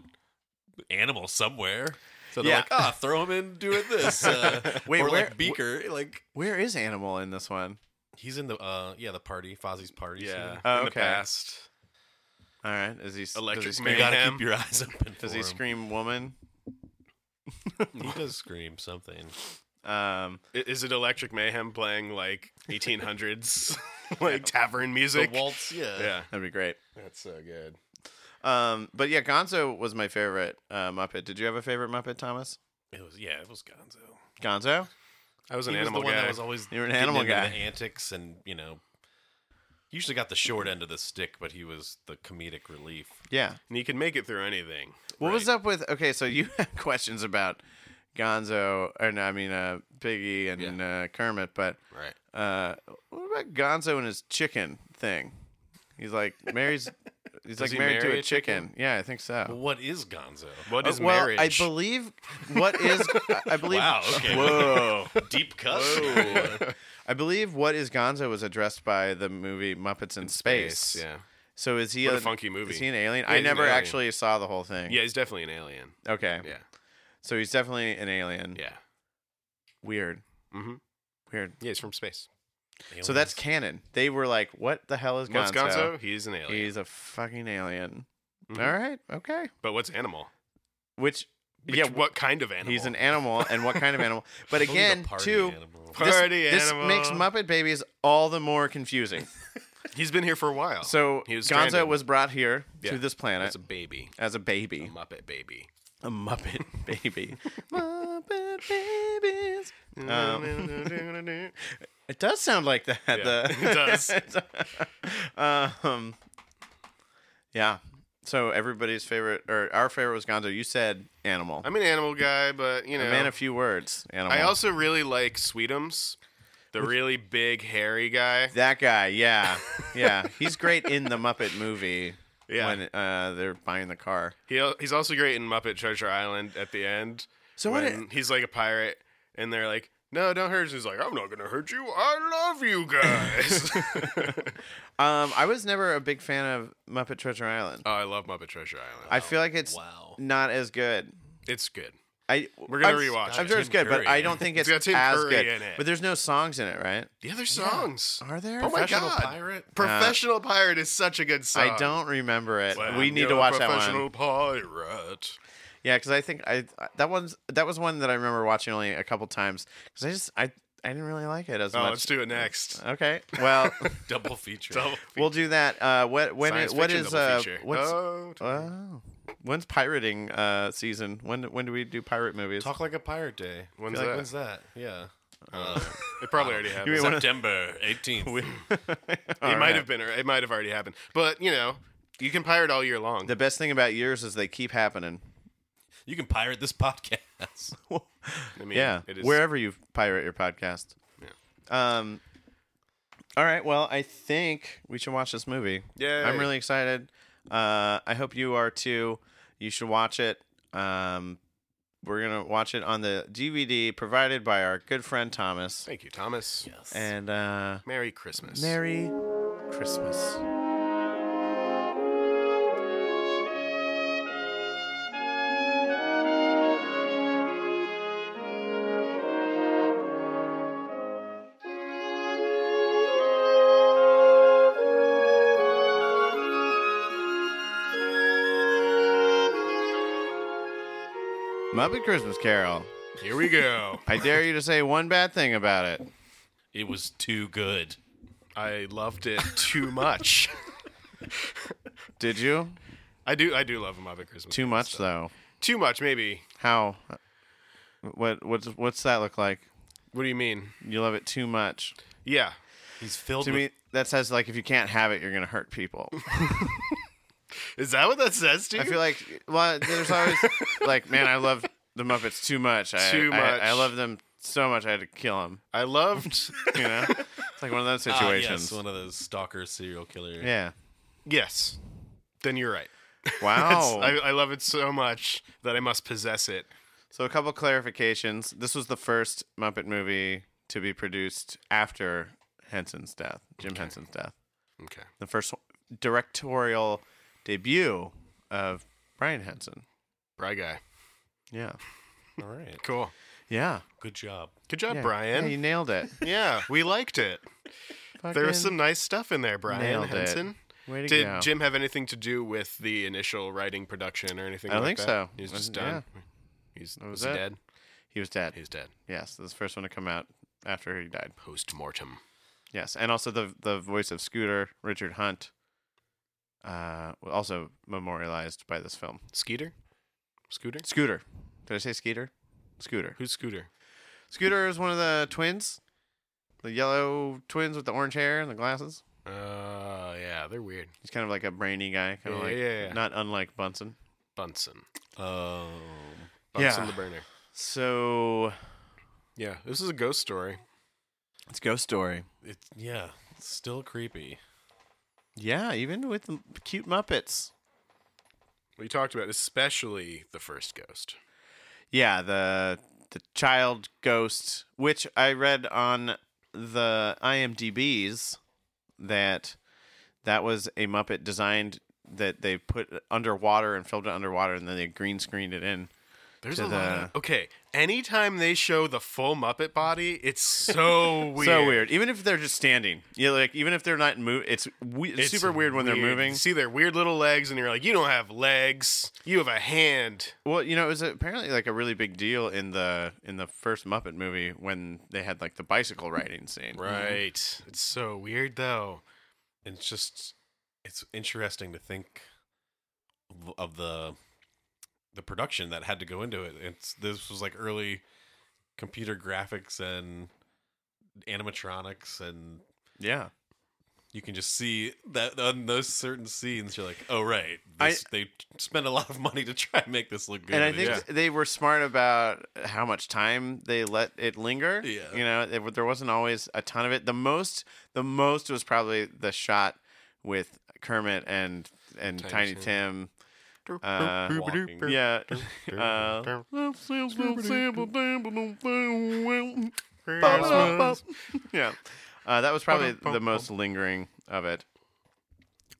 Speaker 4: animal somewhere. So they're
Speaker 2: Yeah.
Speaker 4: like, ah, throw him in, do it this. Uh,
Speaker 2: Wait,
Speaker 4: or
Speaker 2: where-
Speaker 4: like Beaker, like
Speaker 2: Where is Animal in this one?
Speaker 4: he's in the uh yeah the party, Fozzie's party. so
Speaker 3: Yeah.
Speaker 2: Oh,
Speaker 3: in the
Speaker 2: okay.
Speaker 3: past.
Speaker 2: All right. Is he?
Speaker 3: Electric
Speaker 2: does he
Speaker 3: Man.
Speaker 2: scream,
Speaker 4: you gotta
Speaker 3: Mayhem.
Speaker 4: keep your eyes open.
Speaker 2: does
Speaker 4: for
Speaker 2: he
Speaker 4: him.
Speaker 2: scream woman?
Speaker 4: He does scream something.
Speaker 2: Um,
Speaker 3: I- Is it Electric Mayhem playing like 1800s like tavern
Speaker 4: The uh,
Speaker 3: music?
Speaker 4: waltz, yeah.
Speaker 3: Yeah,
Speaker 2: that'd be great.
Speaker 3: that's so good.
Speaker 2: Um, but yeah, Gonzo was my favorite uh, Muppet. Did you have a favorite Muppet, Thomas?
Speaker 4: It was yeah, it was Gonzo.
Speaker 2: Gonzo?
Speaker 3: I was an
Speaker 4: He was the
Speaker 3: animal
Speaker 4: one
Speaker 3: guy.
Speaker 4: that was always
Speaker 2: You were an
Speaker 4: getting
Speaker 2: animal
Speaker 4: into the
Speaker 2: guy.
Speaker 4: antics and you know, usually got the short end of the stick, but he was the comedic relief.
Speaker 2: Yeah.
Speaker 3: and he can make it through anything.
Speaker 2: What was
Speaker 3: right?
Speaker 2: up with? Okay, so you had questions about Gonzo, or no, I mean uh, Piggy and uh, Kermit, but
Speaker 4: Right.
Speaker 2: uh, what about Gonzo and his chicken thing? He's like Mary's. He's like
Speaker 3: he
Speaker 2: married to
Speaker 3: marry
Speaker 2: a
Speaker 3: a
Speaker 2: chicken? Yeah, I think so.
Speaker 4: What is Gonzo?
Speaker 3: What is
Speaker 2: Oh. Uh, well,
Speaker 3: marriage?
Speaker 2: I believe what is I- I believe
Speaker 4: Wow. Okay.
Speaker 2: Whoa.
Speaker 4: Deep cut.
Speaker 2: I believe what is Gonzo was addressed by the movie Muppets in, Space.
Speaker 3: Space, yeah.
Speaker 2: So is he
Speaker 3: What
Speaker 2: a,
Speaker 3: a funky movie.
Speaker 2: Is he an alien?
Speaker 3: Yeah,
Speaker 2: I
Speaker 3: he's an
Speaker 2: never
Speaker 3: alien.
Speaker 2: actually saw the whole thing.
Speaker 3: Yeah, he's definitely an alien.
Speaker 2: Okay.
Speaker 3: Yeah.
Speaker 2: So he's definitely an alien.
Speaker 3: Yeah.
Speaker 2: Weird.
Speaker 3: Mm-hmm.
Speaker 2: Weird.
Speaker 3: Yeah, he's from space.
Speaker 2: So that's canon. They were like, "What the hell is Gonzo?"
Speaker 3: What's Gonzo? Oh, He's an alien.
Speaker 2: He's a fucking alien.
Speaker 3: Mhm.
Speaker 2: All right. Okay.
Speaker 3: But what's animal?
Speaker 2: Which,
Speaker 3: Which-
Speaker 2: yeah,
Speaker 3: what kind of animal?
Speaker 2: he's an animal, and what kind of animal? But
Speaker 4: Only the
Speaker 2: again,
Speaker 4: party
Speaker 2: too,
Speaker 4: animal.
Speaker 2: this,
Speaker 3: Party
Speaker 2: this
Speaker 3: animal.
Speaker 2: makes Muppet Babies all the more confusing.
Speaker 3: He's been here for a while.
Speaker 2: So
Speaker 3: he was
Speaker 2: Gonzo
Speaker 3: stranded
Speaker 2: was brought here
Speaker 3: Yeah.
Speaker 2: to this planet
Speaker 3: as a baby,
Speaker 2: as a
Speaker 3: a
Speaker 2: baby,
Speaker 3: Muppet baby.
Speaker 2: a Muppet baby, Muppet babies. Um, it does sound like that.
Speaker 3: Yeah,
Speaker 2: the-
Speaker 3: it does.
Speaker 2: um, yeah. So everybody's favorite or our favorite was Gonzo. You said animal.
Speaker 3: I'm an animal guy, but you know,
Speaker 2: a man of few words. Animal.
Speaker 3: I also really like Sweetums, the really big hairy guy.
Speaker 2: that guy. Yeah, yeah. He's great in the Muppet movie.
Speaker 3: Yeah.
Speaker 2: When uh, they're buying the car.
Speaker 3: He al- he's also great in Muppet Treasure Island at the end.
Speaker 2: So what?
Speaker 3: when he's like a pirate, and they're like, "No, don't hurt us." He's like, "I'm not gonna hurt you. I love you guys."
Speaker 2: Um, I was never a big fan of Muppet Treasure Island.
Speaker 3: oh, I love Muppet Treasure Island.
Speaker 2: I feel like it's
Speaker 4: Wow.
Speaker 2: not as good.
Speaker 3: it's good.
Speaker 2: I
Speaker 3: We're gonna
Speaker 2: I'm-
Speaker 3: rewatch
Speaker 2: I'm
Speaker 3: it.
Speaker 2: sure it's
Speaker 4: Tim
Speaker 2: good,
Speaker 4: Curry
Speaker 2: but
Speaker 4: in
Speaker 2: I
Speaker 4: it.
Speaker 2: don't think
Speaker 3: It's
Speaker 2: it's,
Speaker 3: got Tim
Speaker 2: as
Speaker 3: Curry
Speaker 2: good.
Speaker 3: in it.
Speaker 2: But there's no songs in it, right?
Speaker 3: The other songs
Speaker 2: Are there?
Speaker 3: Oh my
Speaker 4: Professional
Speaker 3: god,
Speaker 4: pirate.
Speaker 3: Professional pirate is such a good song.
Speaker 2: I don't remember it.
Speaker 3: When
Speaker 2: we need
Speaker 3: you're
Speaker 2: to
Speaker 3: a
Speaker 2: watch that
Speaker 3: Professional
Speaker 2: one.
Speaker 3: pirate.
Speaker 2: Yeah, because I think I that one's that was one that I remember watching only a couple times because I just I I didn't really like it as
Speaker 3: Oh,
Speaker 2: much. Uh,
Speaker 3: let's do it next.
Speaker 2: Okay, well
Speaker 4: Double feature.
Speaker 2: we'll do that. Uh, what when
Speaker 3: Science
Speaker 2: it, what
Speaker 3: fiction
Speaker 2: is
Speaker 3: double
Speaker 2: uh
Speaker 3: feature.
Speaker 2: what's
Speaker 3: Oh,
Speaker 2: oh, when's pirating uh season? When when do we do pirate movies?
Speaker 4: Talk like a pirate day.
Speaker 3: When's
Speaker 4: Feel like
Speaker 3: that? Uh,
Speaker 4: When's that? Yeah.
Speaker 3: it probably already happened.
Speaker 2: mean
Speaker 3: It
Speaker 2: wanna-
Speaker 4: September 18th.
Speaker 3: might have been. It might have already happened. But you know, you can pirate all year long.
Speaker 2: The best thing about yours is they keep happening.
Speaker 4: You can pirate this podcast.
Speaker 3: I mean,
Speaker 2: Yeah,
Speaker 3: it is.
Speaker 2: wherever you pirate your podcast. Yeah. Um. All right. Well, I think we should watch this movie.
Speaker 3: Yay.
Speaker 2: I'm really excited. Uh, I hope you are too. You should watch it. Um, we're gonna watch it on the DVD provided by our good friend Thomas.
Speaker 3: Thank you, Thomas.
Speaker 2: And uh,
Speaker 3: Merry Christmas.
Speaker 2: Merry Christmas. Muppet Christmas Carol.
Speaker 3: Here we go.
Speaker 2: I dare you to say one bad thing about it.
Speaker 4: It was too good.
Speaker 3: I loved it too much.
Speaker 2: Did you?
Speaker 3: I do. I do love a Muppet Christmas.
Speaker 2: Too much though.
Speaker 3: Too much, maybe.
Speaker 2: How? Uh, What? What's what's that look like?
Speaker 3: What do you mean?
Speaker 2: You love it too much.
Speaker 3: Yeah.
Speaker 4: He's filled
Speaker 2: To
Speaker 4: with
Speaker 2: me, that says like if you can't have it, you're gonna hurt people.
Speaker 3: Is that what that says to you?
Speaker 2: I feel like well, there's always like, man, I love the Muppets too much. I,
Speaker 3: Too
Speaker 2: I-
Speaker 3: much.
Speaker 2: I, love them so much. I had to kill them.
Speaker 3: I loved.
Speaker 2: You know, it's like one of those
Speaker 4: Ah,
Speaker 2: situations.
Speaker 4: yes, one of those stalker serial killer.
Speaker 2: yeah.
Speaker 3: yes. Then you're right.
Speaker 2: Wow.
Speaker 3: I, I love it so much that I must possess it.
Speaker 2: so a couple clarifications. This was the first Muppet movie to be produced after Henson's death, Jim Henson's death.
Speaker 3: Okay.
Speaker 2: the first directorial debut of Brian Henson.
Speaker 3: Bry guy.
Speaker 2: Yeah.
Speaker 4: All right.
Speaker 3: Cool.
Speaker 2: Yeah.
Speaker 4: Good job.
Speaker 3: Good job,
Speaker 2: Yeah.
Speaker 3: Brian.
Speaker 2: Yeah, you nailed it.
Speaker 3: Yeah, we liked it. There was some
Speaker 2: Fucking
Speaker 3: nice stuff in there, Brian
Speaker 2: nailed it.
Speaker 3: Henson.
Speaker 2: Way to
Speaker 3: Did
Speaker 2: go.
Speaker 3: Jim have anything to do with the initial writing production or anything?
Speaker 2: I don't
Speaker 3: like
Speaker 2: think
Speaker 3: that?
Speaker 2: so.
Speaker 3: He's just
Speaker 2: Yeah.
Speaker 3: done. He's
Speaker 2: That was
Speaker 3: was he
Speaker 2: it.
Speaker 3: dead.
Speaker 2: He was dead.
Speaker 3: He's dead.
Speaker 2: Yes, this first one to come out after he died.
Speaker 3: Post mortem.
Speaker 2: Yes, and also the the voice of Scooter, Richard Hunt, uh, also memorialized by this film.
Speaker 3: Skeeter. Scooter.
Speaker 2: Scooter. Did I say Skeeter? Scooter.
Speaker 3: Who's Scooter?
Speaker 2: Scooter is one of the twins, the yellow twins with the orange hair and the glasses.
Speaker 3: Oh yeah, they're weird.
Speaker 2: He's kind of like a brainy guy, kind of
Speaker 3: Yeah,
Speaker 2: like
Speaker 3: yeah, yeah.
Speaker 2: not unlike Bunsen.
Speaker 3: Bunsen.
Speaker 4: Oh.
Speaker 3: Bunsen
Speaker 2: Yeah.
Speaker 3: the burner.
Speaker 2: So
Speaker 3: Yeah, this is a ghost story.
Speaker 2: it's ghost story.
Speaker 4: It's yeah. it's Still creepy.
Speaker 2: Yeah, even with the cute Muppets.
Speaker 3: We talked about especially the first ghost.
Speaker 2: Yeah, the the child ghost, which I read on the IMDb's that that was a Muppet designed that they put underwater and filmed it underwater, and then they green screened it in.
Speaker 3: There's
Speaker 2: To
Speaker 3: a lot. Of,
Speaker 2: the-
Speaker 3: okay, anytime they show the full Muppet body, it's so weird.
Speaker 2: So weird. Even if they're just standing, yeah, like even if they're not moving, it's, we- it's super weird when they're moving.
Speaker 3: You see their weird little legs, and you're like, you don't have legs. You have a hand.
Speaker 2: Well, you know, it was apparently like a really big deal in the in the first Muppet movie when they had like the bicycle riding scene.
Speaker 3: Right. It's so weird, though.
Speaker 4: It's just it's interesting to think of- of the the production that had to go into it. It's this was like early computer graphics and animatronics and
Speaker 2: Yeah.
Speaker 4: you can just see that on those certain scenes you're like oh right
Speaker 2: I-
Speaker 4: this, they spent a lot of money to try and make this look good
Speaker 2: and I think
Speaker 4: Yeah.
Speaker 2: they were smart about how much time they let it linger.
Speaker 4: Yeah.
Speaker 2: you know, it, there wasn't always a ton of it. The most, the most was probably the shot with Kermit and and Tiny,
Speaker 3: Tiny
Speaker 2: Tim. Uh,
Speaker 4: Walking.
Speaker 2: yeah. Uh, yeah, uh, that was probably the most lingering of it.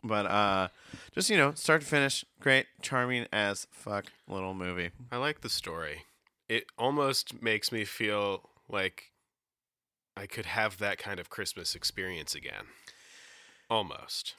Speaker 2: But uh, just you know, start to finish, great, charming as fuck little movie.
Speaker 3: I like the story. It almost makes me feel like I could have that kind of Christmas experience again. Almost.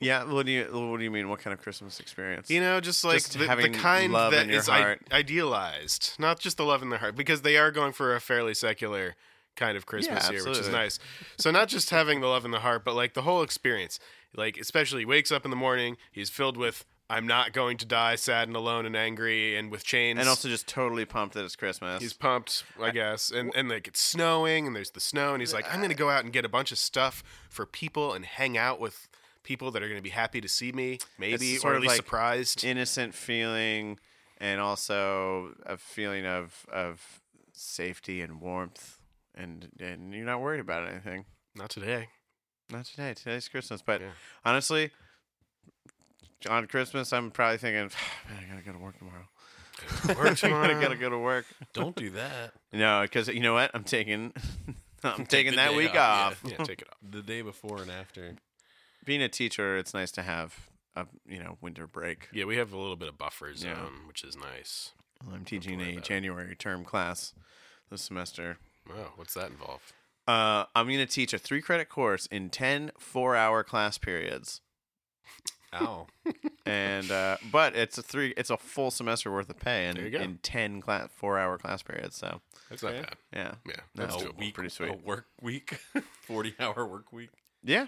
Speaker 2: Yeah, what do you what do you mean? What kind of Christmas experience?
Speaker 3: You know, just like
Speaker 2: Just
Speaker 3: the, the
Speaker 2: having
Speaker 3: kind
Speaker 2: love
Speaker 3: that
Speaker 2: in your
Speaker 3: is i-
Speaker 2: heart.
Speaker 3: idealized, not just the love in the heart, because they are going for a fairly secular kind of Christmas
Speaker 2: Yeah,
Speaker 3: here, which is
Speaker 2: absolutely.
Speaker 3: nice. So not just having the love in the heart, but like the whole experience. Like especially he wakes up in the morning, he's filled with I'm not going to die, sad and alone and angry and with chains.
Speaker 2: and also just totally pumped that it's Christmas.
Speaker 3: He's pumped, I guess, and and like it's snowing, and there's the snow, and he's like, I'm gonna go out and get a bunch of stuff for people and hang out with people that are gonna be happy to see me, maybe,
Speaker 2: sort
Speaker 3: or
Speaker 2: of
Speaker 3: at least
Speaker 2: like
Speaker 3: surprised.
Speaker 2: innocent feeling, and also a feeling of of safety and warmth, and and you're not worried about anything.
Speaker 3: Not today.
Speaker 2: Not today. Today's Christmas, but
Speaker 3: Yeah.
Speaker 2: honestly, on Christmas, I'm probably thinking, man, I gotta go to work tomorrow.
Speaker 3: Work
Speaker 2: I gotta
Speaker 3: tomorrow.
Speaker 2: go to work.
Speaker 4: don't do that
Speaker 2: No, because you know what? I'm taking, I'm taking
Speaker 4: the
Speaker 2: that
Speaker 4: day
Speaker 2: week
Speaker 4: off,
Speaker 2: off.
Speaker 3: yeah, take it off.
Speaker 4: the day before and after
Speaker 2: Being a teacher, it's nice to have a you know winter break.
Speaker 3: Yeah, we have a little bit of buffer zone,
Speaker 2: Yeah.
Speaker 3: which is nice.
Speaker 2: Well, I'm teaching
Speaker 3: worry
Speaker 2: a
Speaker 3: about it.
Speaker 2: January term class this semester.
Speaker 3: Wow, what's that involve?
Speaker 2: Uh, I'm going to teach a three credit course in 10 four hour class periods.
Speaker 4: ow
Speaker 2: And uh, but it's a three, it's a full semester worth of pay in,
Speaker 3: There you go.
Speaker 2: in 10 cla- four hour class periods. So
Speaker 3: It's
Speaker 4: Okay.
Speaker 3: not bad.
Speaker 2: yeah,
Speaker 3: Yeah,
Speaker 2: No.
Speaker 3: that's
Speaker 2: Oh,
Speaker 4: a
Speaker 3: doable.
Speaker 4: week,
Speaker 2: pretty sweet.
Speaker 4: a work week, forty hour work week.
Speaker 2: yeah,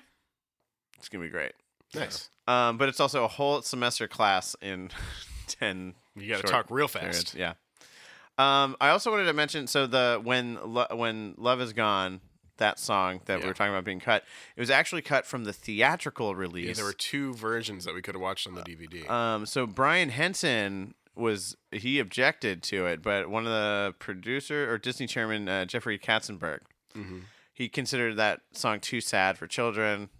Speaker 2: it's gonna be great.
Speaker 3: Nice.
Speaker 2: Um, but it's also a whole semester class in 10
Speaker 3: You got to
Speaker 2: Short
Speaker 3: talk real
Speaker 2: There it is,
Speaker 3: fast.
Speaker 2: Yeah. Um, I also wanted to mention so the when Lo- when love is gone that song that we
Speaker 3: Yeah.
Speaker 2: were talking about being cut it was actually cut from the theatrical
Speaker 3: Yeah,
Speaker 2: release.
Speaker 3: there were two versions that we could have watched on the DVD.
Speaker 2: um, so Brian Henson was he objected to it, but one of the producer or Disney chairman uh, Jeffrey Katzenberg
Speaker 4: Mm-hmm.
Speaker 2: he considered that song too sad for children.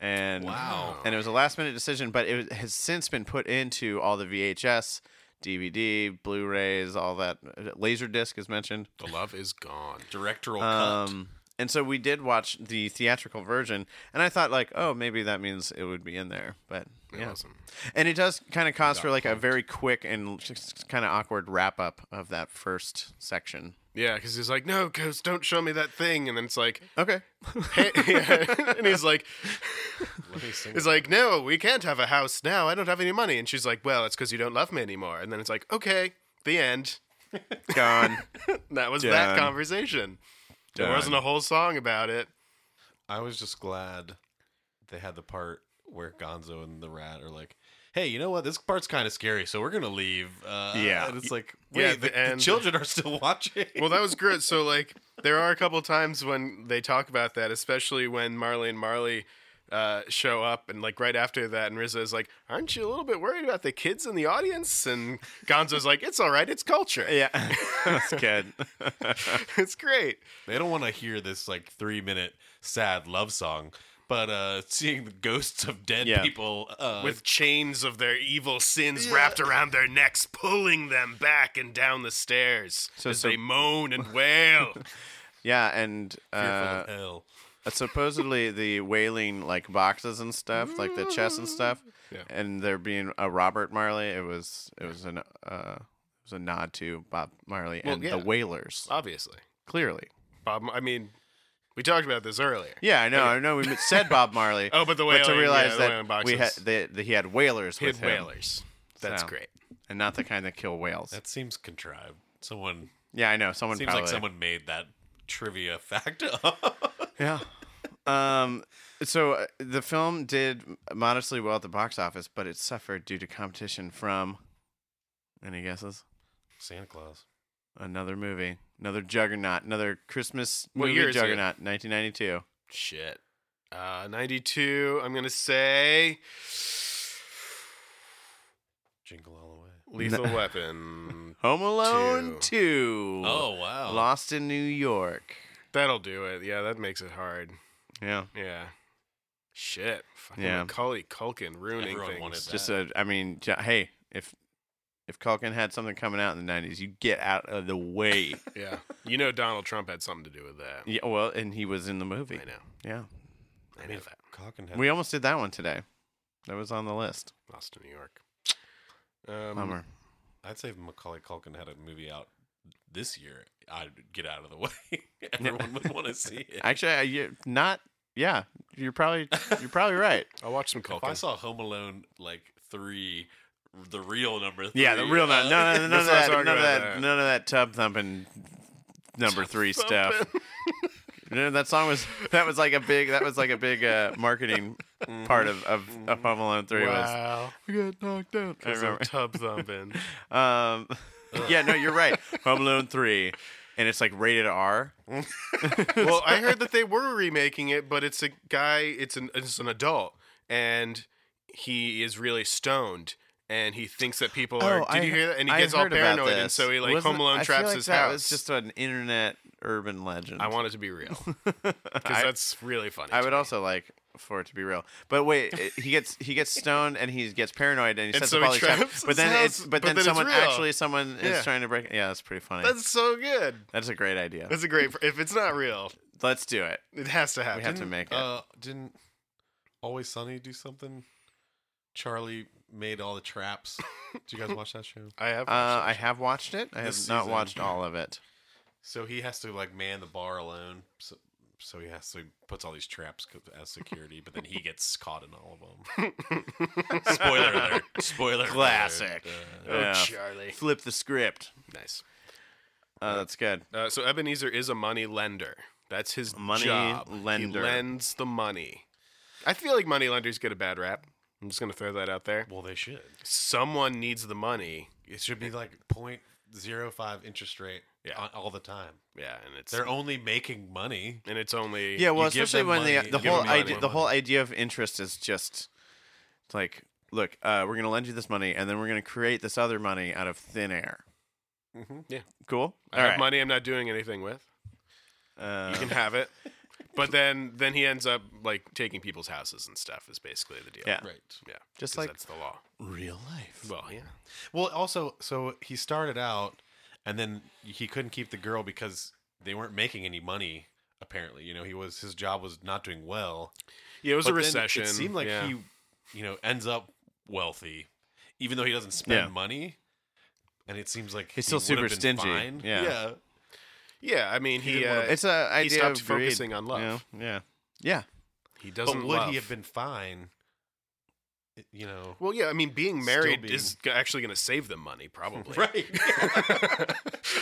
Speaker 2: And
Speaker 4: Wow.
Speaker 2: and it was a last minute decision, but it was- has since been put into all the VHS, DVD, Blu-rays, all that. Laserdisc is mentioned.
Speaker 3: the love is gone.
Speaker 4: Directorial cut.
Speaker 2: Um, And so we did watch the theatrical version, and I thought like, oh, maybe that means it would be in there, but
Speaker 3: It
Speaker 2: yeah.
Speaker 3: wasn't.
Speaker 2: And it does kind of cause for like a very quick and just kind of awkward wrap up of that first section.
Speaker 3: Yeah, because he's like, no, Ghost, don't show me that thing. And then it's like,
Speaker 2: Okay.
Speaker 3: hey, yeah. and he's like,
Speaker 4: Let me sing.
Speaker 3: he's like, no, we can't have a house now. I don't have any money. And she's like, well, it's because you don't love me anymore. And then it's like, okay, the end.
Speaker 2: Gone.
Speaker 3: That was
Speaker 2: Done.
Speaker 3: that conversation. There wasn't a
Speaker 2: Done.
Speaker 3: whole song about it.
Speaker 4: I was just glad they had the part where Gonzo and the rat are like, "Hey, you know what? This part's kind of scary, so we're gonna leave." Uh,
Speaker 2: Yeah.
Speaker 4: and it's like, wait,
Speaker 3: Yeah,
Speaker 4: the,
Speaker 3: the
Speaker 4: the
Speaker 3: end-
Speaker 4: children are still watching.
Speaker 3: Well, that was great. So, like, there are a couple times when they talk about that, especially when Marley and Marley uh, show up, and like right after that, and Rizzo's like, "Aren't you a little bit worried about the kids in the audience?" And Gonzo's like, "It's all right. It's culture.
Speaker 2: yeah. That's good.
Speaker 3: it's great."
Speaker 4: they don't want to hear this like three minute sad love song, but uh, seeing the ghosts of dead
Speaker 2: Yeah.
Speaker 4: people uh,
Speaker 3: With chains of their evil sins wrapped around their necks, pulling them back and down the stairs
Speaker 2: So-
Speaker 3: as
Speaker 2: so-
Speaker 3: they moan and wail.
Speaker 2: Yeah, and
Speaker 4: fearful
Speaker 2: uh,
Speaker 4: of hell.
Speaker 2: supposedly the wailing like boxes and stuff, like the chess and stuff,
Speaker 3: Yeah.
Speaker 2: and there being a Robert Marley, it was it was an uh, it was a nod to Bob Marley
Speaker 3: Well,
Speaker 2: and
Speaker 3: yeah. Uh,
Speaker 2: the Wailers,
Speaker 3: Obviously,
Speaker 2: clearly.
Speaker 3: Bob. I mean, we talked about this earlier.
Speaker 2: Yeah, I know, I know. We said Bob Marley.
Speaker 3: Oh, but the
Speaker 2: but to
Speaker 3: wailing,
Speaker 2: realize
Speaker 3: yeah, the wailing
Speaker 2: that we
Speaker 3: boxes.
Speaker 2: had that that he had whalers
Speaker 3: Hid
Speaker 2: with him,
Speaker 3: whalers. That's
Speaker 2: So.
Speaker 3: great.
Speaker 2: and not the kind that kill whales.
Speaker 4: That seems contrived. Someone
Speaker 2: yeah, I know. Someone
Speaker 4: seems
Speaker 2: probably
Speaker 4: like someone made that trivia fact up.
Speaker 2: Yeah. Um, so uh, the film did modestly well at the box office, but it suffered due to competition from. Any guesses?
Speaker 4: Santa Claus.
Speaker 2: Another movie, another juggernaut, another Christmas
Speaker 3: What
Speaker 2: movie
Speaker 3: year is it?
Speaker 2: juggernaut, 1992.
Speaker 3: Shit. Uh, 92, I'm going to say
Speaker 4: Jingle all the way.
Speaker 3: Lethal Weapon.
Speaker 2: Home Alone 2.
Speaker 4: Oh wow!
Speaker 2: Lost in New York.
Speaker 3: That'll do it. Yeah, that makes it hard.
Speaker 2: Yeah.
Speaker 3: Yeah. Shit. Fucking
Speaker 2: Yeah.
Speaker 3: Macaulay Culkin ruining
Speaker 4: Everyone
Speaker 3: things.
Speaker 4: wanted that.
Speaker 2: Just a, I mean, j- hey, if if Culkin had something coming out in the 90s, you get out of the way.
Speaker 3: Yeah. You know Donald Trump had something to do with that.
Speaker 2: yeah, well, and he was in the movie.
Speaker 3: I know.
Speaker 2: Yeah.
Speaker 3: I know that.
Speaker 4: Cock and
Speaker 2: We almost did that one today. That was on the list.
Speaker 3: Lost in New York. Um,
Speaker 2: Bummer.
Speaker 4: I'd say if Macaulay Culkin had a movie out this year, I'd get out of the way. Everyone would want to see it.
Speaker 2: Actually, I- you not. Yeah, you're probably you're probably right.
Speaker 3: I'll watch some Culkin.
Speaker 4: If I saw Home Alone like three, the real number. Three,
Speaker 2: Yeah, the real
Speaker 4: uh,
Speaker 2: none, none, none,
Speaker 3: That's
Speaker 2: of
Speaker 3: what I was
Speaker 2: that, none
Speaker 3: talking
Speaker 2: of
Speaker 3: about
Speaker 2: that,
Speaker 3: there.
Speaker 2: none of that tub thumping number three stuff. You know, that song was that was like a big that was like a big uh, marketing part of of, of Home Alone Three was.
Speaker 3: Wow.
Speaker 2: I got knocked out. I
Speaker 3: Because I'm
Speaker 2: remember.
Speaker 3: tub thumping.
Speaker 2: Um, yeah, no, you're right. Home Alone Three, and it's like rated R.
Speaker 3: well, I heard that they were remaking it, but it's a guy. It's an it's an adult, and he is really stoned, and he thinks that people are. Did
Speaker 2: Oh, I-
Speaker 3: you hear that? And he
Speaker 2: I
Speaker 3: gets all
Speaker 2: heard about
Speaker 3: paranoid, and
Speaker 2: this.
Speaker 3: so he like
Speaker 2: Wasn't-
Speaker 3: Home Alone
Speaker 2: I feel
Speaker 3: traps
Speaker 2: like
Speaker 3: his
Speaker 2: that
Speaker 3: house.
Speaker 2: was just an internet urban legend.
Speaker 3: I want it to be real because
Speaker 2: I-
Speaker 3: that's really funny.
Speaker 2: I
Speaker 3: to
Speaker 2: would
Speaker 3: me.
Speaker 2: also like for it to be real. But wait, it- he gets he gets stoned and he gets paranoid and he
Speaker 3: And
Speaker 2: sets
Speaker 3: so
Speaker 2: up
Speaker 3: he
Speaker 2: all these traps.
Speaker 3: traps
Speaker 2: But
Speaker 3: his
Speaker 2: then
Speaker 3: house,
Speaker 2: it's but
Speaker 3: but
Speaker 2: then,
Speaker 3: then it's
Speaker 2: someone
Speaker 3: real.
Speaker 2: actually someone
Speaker 3: Yeah.
Speaker 2: is trying to break. Yeah, that's pretty funny. That's,
Speaker 3: That's so good.
Speaker 2: a great idea.
Speaker 3: That's a great. If it's not real,
Speaker 2: Let's do it.
Speaker 3: it has to
Speaker 2: We
Speaker 3: happen.
Speaker 2: have to make it.
Speaker 4: Uh, didn't Always Sunny do something? Charlie made all the traps. Did you guys watch that show?
Speaker 3: I have.
Speaker 2: Uh, I have watched it. I have
Speaker 4: this
Speaker 2: not
Speaker 4: season.
Speaker 2: watched all of it.
Speaker 4: So he has to like man the bar alone. So, so he has to puts all these traps co- as security, but then he gets caught in all of them. Spoiler alert! Spoiler alert.
Speaker 2: Classic.
Speaker 4: Uh,
Speaker 3: oh,
Speaker 2: yeah.
Speaker 3: Charlie.
Speaker 2: Flip the script.
Speaker 3: Nice.
Speaker 2: Uh, that's good.
Speaker 3: Uh, so Ebenezer is a money lender. That's his
Speaker 2: Money
Speaker 3: job.
Speaker 2: lender.
Speaker 3: He lends the money. I feel like money lenders get a bad rap. I'm just gonna throw that out there.
Speaker 4: well, they should.
Speaker 3: Someone needs the money.
Speaker 4: It should be like point zero five interest rate
Speaker 3: Yeah.
Speaker 4: on, all the time.
Speaker 3: Yeah, and it's
Speaker 4: They're only making money.
Speaker 3: and it's only
Speaker 2: Yeah, well,
Speaker 4: you give
Speaker 2: especially
Speaker 4: them
Speaker 2: when
Speaker 4: money,
Speaker 2: the the
Speaker 4: you give
Speaker 2: whole
Speaker 3: them money.
Speaker 2: idea the whole idea of interest is just it's like, look, uh, we're gonna lend you this money, and then we're gonna create this other money out of thin air.
Speaker 3: Yeah.
Speaker 2: cool.
Speaker 3: I have money I'm not doing anything with.
Speaker 2: Uh,
Speaker 3: You can have it. But then then he ends up like taking people's houses and stuff is basically the deal.
Speaker 2: yeah,
Speaker 4: Right.
Speaker 3: Yeah.
Speaker 2: Just
Speaker 3: 'cause
Speaker 2: like-
Speaker 3: that's the law.
Speaker 2: real life.
Speaker 3: Well, yeah.
Speaker 4: Well, also, so he started out, and then he couldn't keep the girl because they weren't making any money Apparently, you know, he was his job was not doing well.
Speaker 3: Yeah, it was a
Speaker 4: But then
Speaker 3: recession.
Speaker 4: It seemed like
Speaker 3: yeah.
Speaker 4: he, you know, ends up wealthy, even though he doesn't spend
Speaker 2: Yeah.
Speaker 4: money. And it seems like
Speaker 2: He's
Speaker 4: he
Speaker 2: still
Speaker 4: would've
Speaker 2: super
Speaker 4: been
Speaker 2: stingy.
Speaker 4: fine.
Speaker 2: Yeah.
Speaker 4: yeah,
Speaker 3: Yeah, I mean, he,
Speaker 4: didn't
Speaker 3: uh,
Speaker 4: wanna-
Speaker 2: It's a idea
Speaker 3: stopped
Speaker 2: of greed,
Speaker 3: focusing on love.
Speaker 2: you know? Yeah. Yeah.
Speaker 3: he
Speaker 4: but
Speaker 3: doesn't.
Speaker 4: would
Speaker 3: love.
Speaker 4: he have been fine? It- You know,
Speaker 3: Well, yeah, I mean, being
Speaker 4: Still
Speaker 3: married
Speaker 4: being-
Speaker 3: is g- actually going to save them money, probably.
Speaker 4: right?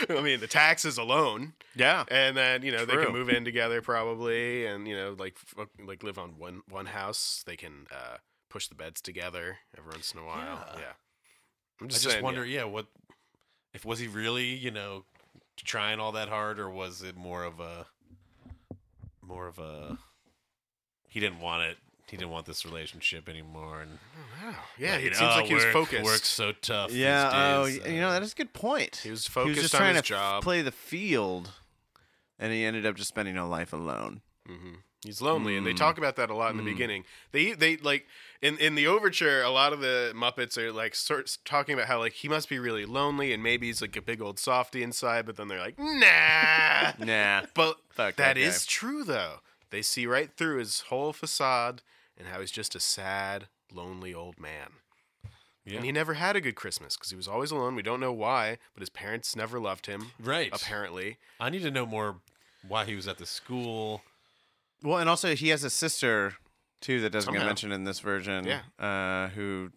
Speaker 3: I mean, the taxes alone,
Speaker 2: Yeah.
Speaker 3: and then you know they
Speaker 2: True.
Speaker 3: can move in together probably, and you know like f- like live on one one house. They can uh, push the beds together every once in a while.
Speaker 4: Yeah.
Speaker 3: Yeah, I'm
Speaker 4: I just
Speaker 3: saying,
Speaker 4: wonder, yeah. what if was he really, you know, trying all that hard, or was it more of a, more of a, he didn't want it, he didn't want this relationship anymore, and
Speaker 3: Yeah, wow. yeah
Speaker 4: you
Speaker 3: it
Speaker 4: know,
Speaker 3: seems like he was
Speaker 4: work-
Speaker 3: focused.
Speaker 4: Work's so tough. these
Speaker 2: Yeah. Oh,
Speaker 4: days,
Speaker 2: y- you know that is a good point.
Speaker 3: uh, He was
Speaker 2: he
Speaker 3: focused
Speaker 2: was just
Speaker 3: on
Speaker 2: trying
Speaker 3: his
Speaker 2: to
Speaker 3: job.
Speaker 2: play the field, and he ended up just spending a life alone.
Speaker 3: hmm He's lonely, and they
Speaker 2: Mm.
Speaker 3: talk about that a lot in the
Speaker 2: Mm.
Speaker 3: beginning. They they like in in the overture, a lot of the Muppets are like sort talking about how like he must be really lonely, and maybe he's like a big old softy inside. But then they're like, nah.
Speaker 2: Nah.
Speaker 3: but
Speaker 2: Fuck that
Speaker 3: that
Speaker 2: guy.
Speaker 3: is true though. They see right through his whole facade and how he's just a sad, lonely old man.
Speaker 4: Yeah.
Speaker 3: And he never had a good Christmas because he was always alone. We don't know why, but his parents never loved him.
Speaker 4: Right.
Speaker 3: Apparently,
Speaker 4: I need to know more why he was at the school.
Speaker 2: Well, and also he has a sister too that doesn't get
Speaker 3: Somehow.
Speaker 2: mentioned in this version.
Speaker 3: Yeah.
Speaker 2: Uh, who,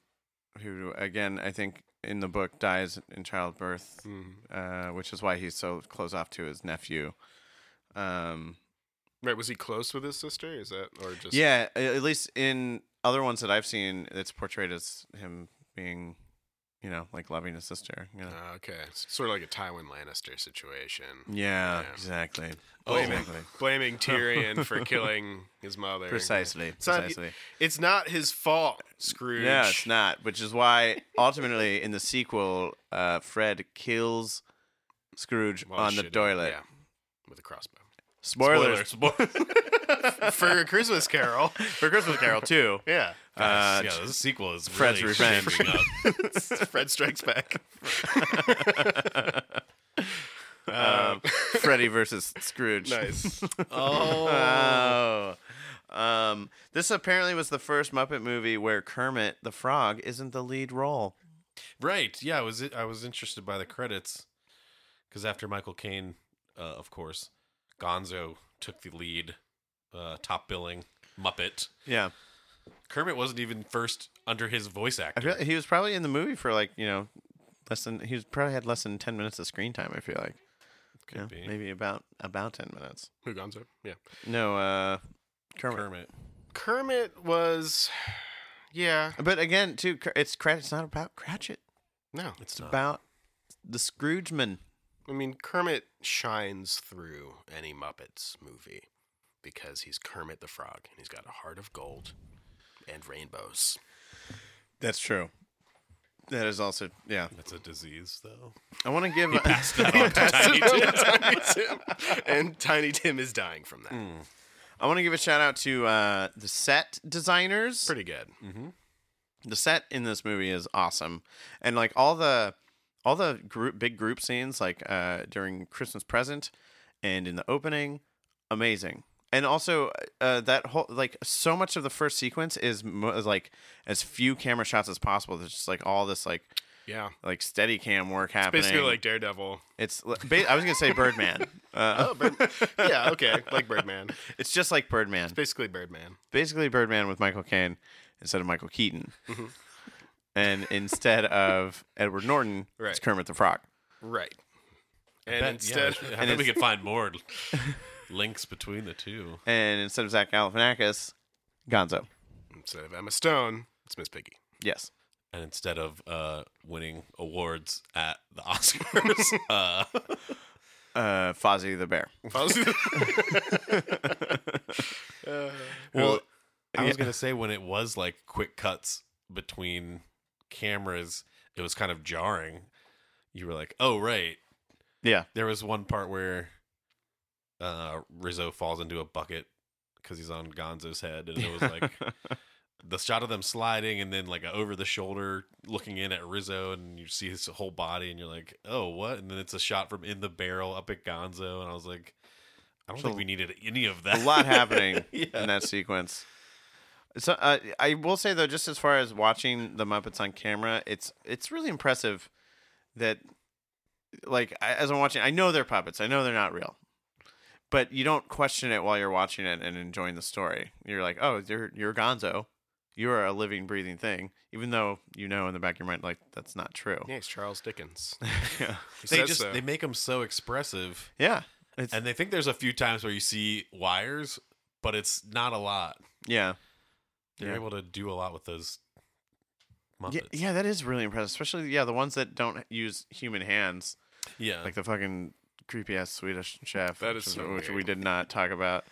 Speaker 2: who again, I think in the book dies in childbirth,
Speaker 3: Mm-hmm.
Speaker 2: uh, which is why he's so close off to his nephew. Um.
Speaker 3: right? Was he close with his sister? Is that or just
Speaker 2: Yeah. a- At least in other ones that I've seen, it's portrayed as him being, you know, like loving his sister. You know.
Speaker 3: Ah, okay, S- sort of like a Tywin Lannister situation,
Speaker 2: yeah,
Speaker 3: Yeah.
Speaker 2: Exactly.
Speaker 3: Oh, yeah.
Speaker 2: Mm, exactly.
Speaker 3: blaming Tyrion for killing his mother.
Speaker 2: Precisely.
Speaker 3: It's not-
Speaker 2: Precisely.
Speaker 3: It's not his fault, Scrooge.
Speaker 2: Yeah, it's not. Which is why ultimately in the sequel, uh, Fred kills Scrooge
Speaker 3: Well,
Speaker 2: on the
Speaker 3: should've-
Speaker 2: toilet.
Speaker 3: yeah, with a crossbow.
Speaker 2: Spoilers
Speaker 4: Spoilers.
Speaker 3: for a Christmas Carol.
Speaker 2: for Christmas Carol too.
Speaker 3: Yeah,
Speaker 2: Uh,
Speaker 4: yeah, this sequel is
Speaker 2: Fred's
Speaker 4: really
Speaker 2: revenge.
Speaker 4: shaping up.
Speaker 3: Fred Strikes Back.
Speaker 2: um, Freddy versus Scrooge.
Speaker 3: Nice.
Speaker 2: Oh. Um, this apparently was the first Muppet movie where Kermit the Frog isn't the lead role.
Speaker 4: Right. Yeah, I was I was interested by the credits because after Michael Caine, uh, of course, Gonzo took the lead, uh, top billing Muppet.
Speaker 2: Yeah,
Speaker 4: Kermit wasn't even first under his voice
Speaker 2: I
Speaker 4: actor.
Speaker 2: feel he was probably in the movie for like you know less than he was probably had less than ten minutes of screen time. I feel like
Speaker 4: Could
Speaker 2: Yeah,
Speaker 4: be.
Speaker 2: maybe about about ten minutes.
Speaker 3: Who Gonzo? Yeah.
Speaker 2: No, uh, Kermit.
Speaker 4: Kermit.
Speaker 3: Kermit was. Yeah.
Speaker 2: But again, too, Cr- it's Cratchit. It's not about Cratchit.
Speaker 3: No.
Speaker 4: It's
Speaker 2: It's
Speaker 4: not.
Speaker 2: about the Scroogeman.
Speaker 3: I mean, Kermit shines through any Muppets movie because he's Kermit the Frog and he's got a heart of gold and rainbows.
Speaker 2: That's true. That is also yeah.
Speaker 4: That's a disease, though. Oh,
Speaker 2: I want to give.
Speaker 3: Tiny Tim, Tiny Tim. And Tiny Tim is dying from that.
Speaker 4: Hmm.
Speaker 2: I want to give a shout out to uh, the set designers.
Speaker 3: Pretty good.
Speaker 4: Mm-hmm.
Speaker 2: The set in this movie is awesome, and like all the all the group big group scenes like uh, during Christmas present and in the opening, amazing. And also uh, that whole like so much of the first sequence is, mo- is like as few camera shots as possible. There's just like all this like
Speaker 3: Yeah.
Speaker 2: like steady cam work happening.
Speaker 3: Basically, like Daredevil.
Speaker 2: It's li- ba- I was gonna say Birdman. Uh,
Speaker 3: Oh, Bird- yeah, okay. Like Birdman.
Speaker 2: it's just like Birdman.
Speaker 3: Basically, Birdman.
Speaker 2: Basically, Birdman with Michael Caine instead of Michael Keaton, and instead of Edward Norton, it's
Speaker 3: Right.
Speaker 2: Kermit the Frog.
Speaker 3: Right.
Speaker 4: I
Speaker 3: And
Speaker 4: bet-
Speaker 3: instead,
Speaker 4: yeah, I think we could find more links between the two.
Speaker 2: And instead of Zach Galifianakis, Gonzo.
Speaker 3: instead of Emma Stone, it's Miss Piggy.
Speaker 2: Yes.
Speaker 4: and instead of uh, winning awards at the Oscars, uh,
Speaker 2: Uh, Fozzie the Bear.
Speaker 3: Uh,
Speaker 4: well, I was gonna say when it was like quick cuts between cameras, it was kind of jarring. You were like, "Oh right."
Speaker 2: Yeah.
Speaker 4: There was one part where uh, Rizzo falls into a bucket because he's on Gonzo's head, and it was like the shot of them sliding, and then like over the shoulder looking in at Rizzo, and you see his whole body, and you're like, "Oh, what?" And then it's a shot from in the barrel up at Gonzo, and I was like, I don't
Speaker 2: So-
Speaker 4: think we needed any of
Speaker 2: a
Speaker 4: that.
Speaker 2: lot happening
Speaker 4: Yeah.
Speaker 2: in that sequence. So uh, I will say though, just as far as watching the Muppets on camera, it's it's really impressive that, like, I, as I'm watching, I know they're puppets. I know they're not real, but you don't question it while you're watching it and enjoying the story. You're like, oh, you're you're Gonzo. You are a living, breathing thing, even though you know in the back of your mind, like that's not true.
Speaker 3: Yeah, it's Charles Dickens.
Speaker 2: Yeah,
Speaker 3: He
Speaker 4: they
Speaker 3: says
Speaker 4: just
Speaker 3: so.
Speaker 4: they make them so expressive,
Speaker 2: yeah, it's,
Speaker 4: and they think there's a few times where you see wires, but it's not a lot.
Speaker 2: yeah.
Speaker 4: They're
Speaker 2: Yeah.
Speaker 4: able to do a lot with those
Speaker 2: yeah,
Speaker 4: Muppets.
Speaker 2: yeah. That is really impressive, especially yeah, the ones that don't use human hands.
Speaker 4: yeah.
Speaker 2: like the fucking creepy ass Swedish chef.
Speaker 3: That
Speaker 2: which
Speaker 3: is so
Speaker 2: which
Speaker 3: weird.
Speaker 2: we did not talk about.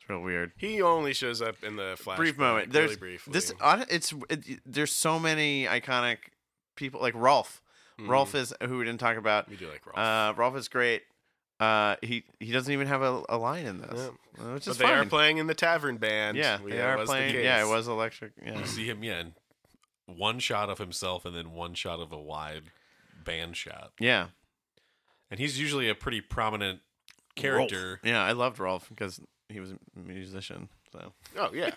Speaker 2: It's real weird.
Speaker 3: he only shows up in the flash.
Speaker 2: brief moment.
Speaker 3: really
Speaker 2: There's
Speaker 3: briefly.
Speaker 2: this. hon- It's it, there's so many iconic people like Rolf.
Speaker 3: Mhm.
Speaker 2: Rolf is who we didn't talk about.
Speaker 3: We do like Rolf.
Speaker 2: Uh, Rolf is great. Uh, he he doesn't even have a, a line in this, uh, which
Speaker 3: but
Speaker 2: is
Speaker 3: they are
Speaker 2: fine.
Speaker 3: playing in the tavern band.
Speaker 2: yeah,
Speaker 3: We-
Speaker 2: they
Speaker 3: that
Speaker 2: are
Speaker 3: was the
Speaker 2: playing. yeah, it
Speaker 3: case.
Speaker 2: was electric. Yeah,
Speaker 4: you see him, yeah, and one shot of himself, and then one shot of a wide band shot,
Speaker 2: yeah,
Speaker 4: and he's usually a pretty prominent character.
Speaker 2: yeah. I loved Rolf because he was a musician. So
Speaker 3: Oh yeah.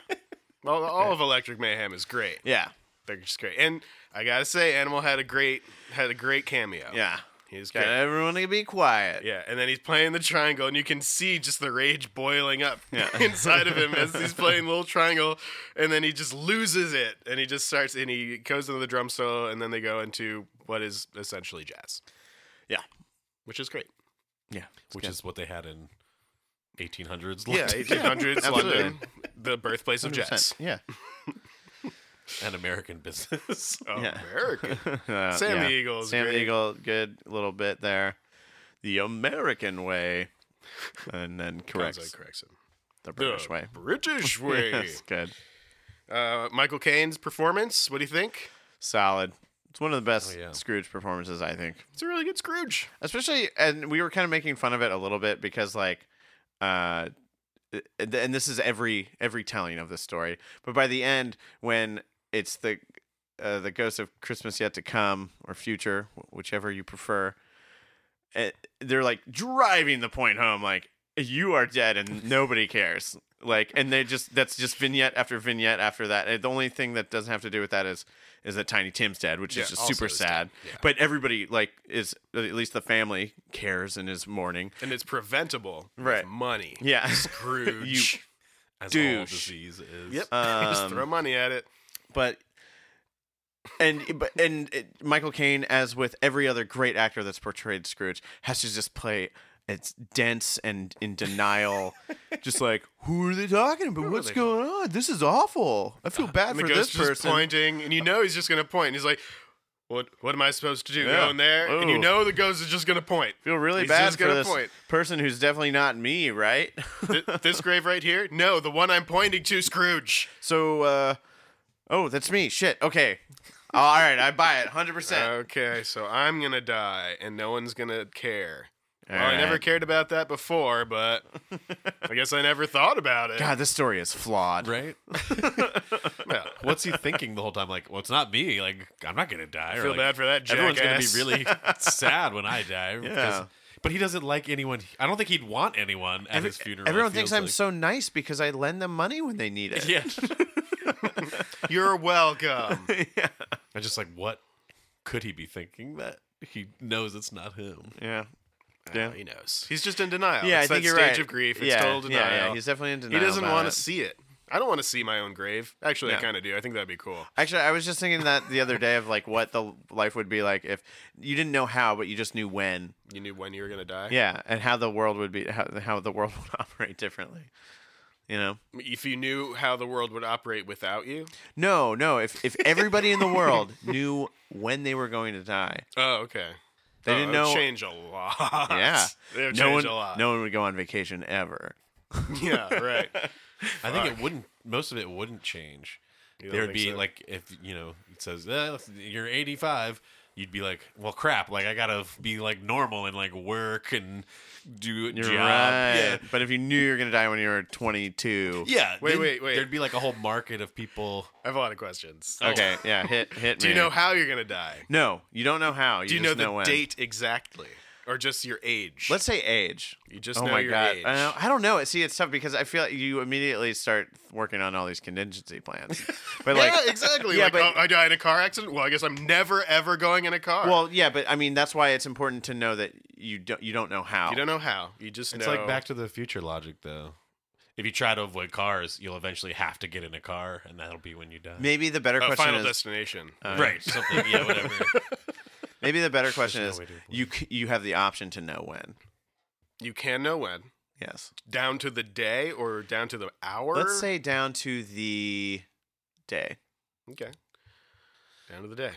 Speaker 3: Well, all of Electric Mayhem is great.
Speaker 2: yeah,
Speaker 3: They're just great, and I gotta say, Animal had a great had a great cameo.
Speaker 2: yeah.
Speaker 3: he's
Speaker 2: Got
Speaker 3: great.
Speaker 2: everyone to be quiet.
Speaker 3: Yeah, and then he's playing the triangle, and you can see just the rage boiling up
Speaker 2: Yeah.
Speaker 3: inside of him as he's playing the little triangle, and then he just loses it, and he just starts, and he goes into the drum solo, and then they go into what is essentially jazz.
Speaker 2: Yeah.
Speaker 3: which is great.
Speaker 2: yeah.
Speaker 4: which
Speaker 2: is.
Speaker 4: is what they had in 1800s.
Speaker 3: Yeah,
Speaker 4: London
Speaker 3: 1800s
Speaker 2: absolutely.
Speaker 3: London, the birthplace of
Speaker 2: 100%.
Speaker 3: jazz.
Speaker 2: Yeah.
Speaker 4: and American business.
Speaker 2: Yeah.
Speaker 3: American.
Speaker 2: Uh,
Speaker 3: Sam
Speaker 2: yeah.
Speaker 3: the Eagle is
Speaker 2: Sam the
Speaker 3: great.
Speaker 2: Eagle, good little bit there. The American way. And then corrects
Speaker 3: Gonzo corrects him.
Speaker 2: the British way.
Speaker 3: British way.
Speaker 2: Yes, good.
Speaker 3: uh, Michael Caine's performance. What do you think?
Speaker 2: Solid. It's one of the best
Speaker 4: Oh, yeah.
Speaker 2: Scrooge performances, I think.
Speaker 3: It's a really good Scrooge.
Speaker 2: Especially, and we were kind of making fun of it a little bit because, like, uh, and this is every every telling of this story. But by the end, when it's the uh, the ghost of Christmas yet to come or future, wh- whichever you prefer, eh, they're like driving the point home, like you are dead and nobody cares. Like, and they just that's just vignette after vignette after that. Eh, the only thing that doesn't have to do with that is is that Tiny Tim's dead, which
Speaker 3: Yeah,
Speaker 2: is just
Speaker 3: also
Speaker 2: super
Speaker 3: is
Speaker 2: sad. But everybody like is at least the family cares and is mourning.
Speaker 3: and it's preventable
Speaker 2: Right.
Speaker 3: with money.
Speaker 2: Yeah.
Speaker 3: Scrooge.
Speaker 4: As all
Speaker 2: Douche.
Speaker 4: disease is.
Speaker 3: yep.
Speaker 2: Um,
Speaker 3: Just throw money at it.
Speaker 2: but and but and it, Michael Caine, as with every other great actor that's portrayed Scrooge, has to just play. It's dense and in denial, just like who are they talking about? What's going on? This is awful. I feel bad
Speaker 3: And
Speaker 2: for
Speaker 3: the
Speaker 2: this
Speaker 3: ghost is
Speaker 2: person.
Speaker 3: pointing, and you know he's just gonna point. And he's like, "What? What am I supposed to do?
Speaker 2: Yeah.
Speaker 3: Go in there?" And you
Speaker 2: Ooh.
Speaker 3: know the ghost is just gonna point.
Speaker 2: Feel really
Speaker 3: He's
Speaker 2: bad
Speaker 3: just
Speaker 2: for
Speaker 3: gonna
Speaker 2: this
Speaker 3: point.
Speaker 2: person who's definitely not me, right?
Speaker 3: Th- this grave right here? No, the one I'm pointing to, Scrooge.
Speaker 2: so, uh, oh, that's me. Shit. Okay. All right, I buy it, hundred percent.
Speaker 3: Okay, so I'm gonna die, and no one's gonna care. Well, I
Speaker 2: Alright.
Speaker 3: never cared about that before, but I guess I never thought about it.
Speaker 2: God, this story is flawed.
Speaker 4: Right?
Speaker 3: Well,
Speaker 4: What's he thinking the whole time? Like, well, it's not me. Like, I'm not gonna die.
Speaker 3: I feel bad for that jackass.
Speaker 4: Everyone's gonna be really sad when I die. because- But he doesn't like anyone. I don't think he'd want anyone at his funeral. it
Speaker 2: Everyone thinks
Speaker 4: feels
Speaker 2: I'm so nice because I lend them money when they need it.
Speaker 4: like. Yeah.
Speaker 3: You're welcome.
Speaker 4: I'm just like, what could he be thinking that he knows it's not him?
Speaker 2: Yeah.
Speaker 3: Well, he knows. He's just in denial.
Speaker 2: Yeah,
Speaker 3: it's
Speaker 2: I think
Speaker 3: that
Speaker 2: you're
Speaker 3: stage
Speaker 2: right.
Speaker 3: of grief. It's
Speaker 2: Yeah,
Speaker 3: total
Speaker 2: yeah, yeah,
Speaker 3: denial.
Speaker 2: he's definitely in
Speaker 3: He
Speaker 2: denial
Speaker 3: doesn't
Speaker 2: about
Speaker 3: want
Speaker 2: it.
Speaker 3: to see it. I don't want to see my own grave. Actually, I
Speaker 2: No.
Speaker 3: kind of do. I think that'd be cool.
Speaker 2: Actually, I was just thinking that the other day of like what the life would be like if you didn't know how, but you just knew when.
Speaker 3: You knew when you were gonna die.
Speaker 2: Yeah, and how the world would be, how, how the world would operate differently. You know?
Speaker 3: If you knew how the world would operate without you.
Speaker 2: No, no. If if everybody in the world knew when they were going to die,
Speaker 3: Oh, okay.
Speaker 2: They
Speaker 3: Oh,
Speaker 2: didn't
Speaker 3: it would
Speaker 2: know-
Speaker 3: Change a lot.
Speaker 2: yeah,
Speaker 3: It would
Speaker 2: no one,
Speaker 3: change a lot.
Speaker 2: no one would go on vacation ever.
Speaker 3: Yeah. Right.
Speaker 4: I think it wouldn't. Most of it wouldn't change.
Speaker 3: You don't
Speaker 4: there would
Speaker 3: think
Speaker 4: be
Speaker 3: so?
Speaker 4: like if you know it says eh, you're 85, you'd be like, well, crap. Like I gotta be like normal and like work and do a
Speaker 2: You're
Speaker 4: job.
Speaker 2: right.
Speaker 4: Yeah.
Speaker 2: But if you knew you were gonna die when you were 22,
Speaker 4: Yeah.
Speaker 3: Wait,
Speaker 4: then
Speaker 3: wait, wait.
Speaker 4: There'd be like a whole market of people.
Speaker 3: I have a lot of questions.
Speaker 2: okay, yeah, hit hit
Speaker 3: Oh. Do
Speaker 2: me.
Speaker 3: you know how you're gonna die?
Speaker 2: No, you don't know how. You
Speaker 3: Do you know
Speaker 2: just
Speaker 3: the
Speaker 2: when.
Speaker 3: date exactly? or just your age.
Speaker 2: Let's say age.
Speaker 3: you just
Speaker 2: oh
Speaker 3: know
Speaker 2: my
Speaker 3: your
Speaker 2: god!
Speaker 3: age.
Speaker 2: I, know, I don't know. See, it's tough because I feel like you immediately start working on all these contingency plans. But like,
Speaker 3: yeah, exactly.
Speaker 2: Yeah,
Speaker 3: like,
Speaker 2: but-
Speaker 3: oh, I die in a car accident. Well, I guess I'm never ever going in a car.
Speaker 2: well, yeah, but I mean that's why it's important to know that you don't you don't know how.
Speaker 3: you don't know how. You just
Speaker 4: It's
Speaker 3: know.
Speaker 4: like Back to the Future logic, though. If you try to avoid cars, you'll eventually have to get in a car, and that'll be when you die.
Speaker 2: Maybe the better
Speaker 3: uh,
Speaker 2: question
Speaker 3: Final
Speaker 2: is
Speaker 3: Destination.
Speaker 2: uh,
Speaker 4: Right. Something. Yeah. Whatever.
Speaker 2: Maybe the better question
Speaker 4: no
Speaker 2: is
Speaker 4: way to avoid
Speaker 2: you c- you have the option to know when.
Speaker 3: you can know when.
Speaker 2: Yes.
Speaker 3: Down to the day or down to the hour.
Speaker 2: Let's say down to the day.
Speaker 3: Okay. Down to the day.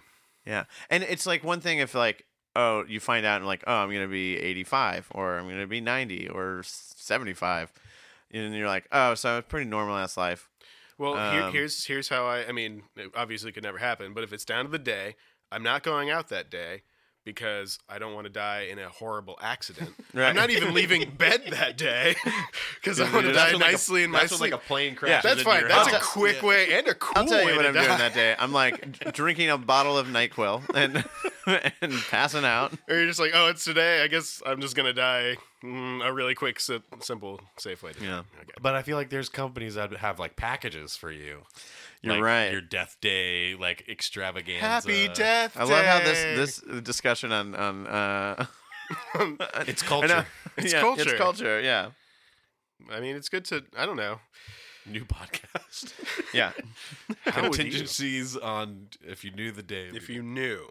Speaker 2: Yeah. And it's like one thing if like oh you find out and like oh I'm going to be 85 or I'm going to be 90 or 75 and you're like oh so it's pretty normal ass life.
Speaker 3: Well, here,
Speaker 2: Um,
Speaker 3: here's here's how I. I mean, it obviously could never happen, but if it's down to the day, I'm not going out that day because I don't want to die in a horrible accident.
Speaker 2: Right.
Speaker 3: I'm not even leaving bed that day because I want to die nicely in my sleep.
Speaker 4: plane
Speaker 2: Yeah.
Speaker 4: crash.
Speaker 3: that's fine. That's a quick way and a cool
Speaker 2: I'll tell you
Speaker 3: way
Speaker 2: what
Speaker 3: to
Speaker 2: I'm
Speaker 3: die.
Speaker 2: doing that day. I'm like d- drinking a bottle of NyQuil and and passing out.
Speaker 3: Or you're just like, oh, it's today. I guess I'm just gonna die. Mm, a really quick, si- simple, safe way to die.
Speaker 2: Yeah.
Speaker 3: Okay.
Speaker 4: But I feel like there's companies that have like packages for you.
Speaker 2: You're
Speaker 4: Like,
Speaker 2: right.
Speaker 4: Your death day, like extravaganza.
Speaker 3: Happy death.
Speaker 2: uh, I love how
Speaker 3: Day.
Speaker 2: this this discussion on on uh
Speaker 4: It's
Speaker 2: I know.
Speaker 4: culture.
Speaker 3: It's
Speaker 2: Yeah, It's
Speaker 3: culture.
Speaker 2: culture. Yeah.
Speaker 3: I mean, it's good to. I don't know.
Speaker 4: New podcast.
Speaker 2: Yeah.
Speaker 3: How would you-
Speaker 4: Contingencies on if you knew the day.
Speaker 3: if you knew.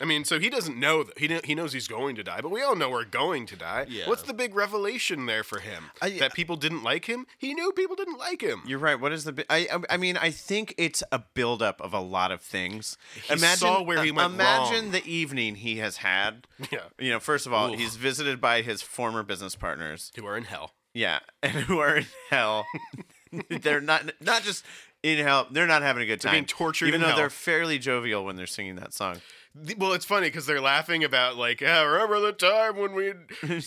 Speaker 3: I mean, so he doesn't know that he kn- he knows he's going to die, but we all know we're going to die.
Speaker 4: Yeah.
Speaker 3: What's the big revelation there for him?
Speaker 2: I-
Speaker 3: that people didn't like him. He knew people didn't like him.
Speaker 2: You're right. What is the? bi- I I- I mean, I think it's a buildup of a lot of things.
Speaker 3: He saw where he
Speaker 2: uh,
Speaker 3: went
Speaker 2: Imagine
Speaker 3: wrong.
Speaker 2: the evening he has had.
Speaker 3: Yeah.
Speaker 2: You know, first of all,
Speaker 3: Oof.
Speaker 2: he's visited by his former business partners.
Speaker 3: Who are in hell?
Speaker 2: Yeah, and who are in hell. they're not not just in hell. They're not having a good time.
Speaker 3: being tortured
Speaker 2: even
Speaker 3: in
Speaker 2: though
Speaker 3: hell.
Speaker 2: they're fairly jovial when they're singing that song.
Speaker 3: The- Well, it's funny because they're laughing about like, yeah, remember the time when we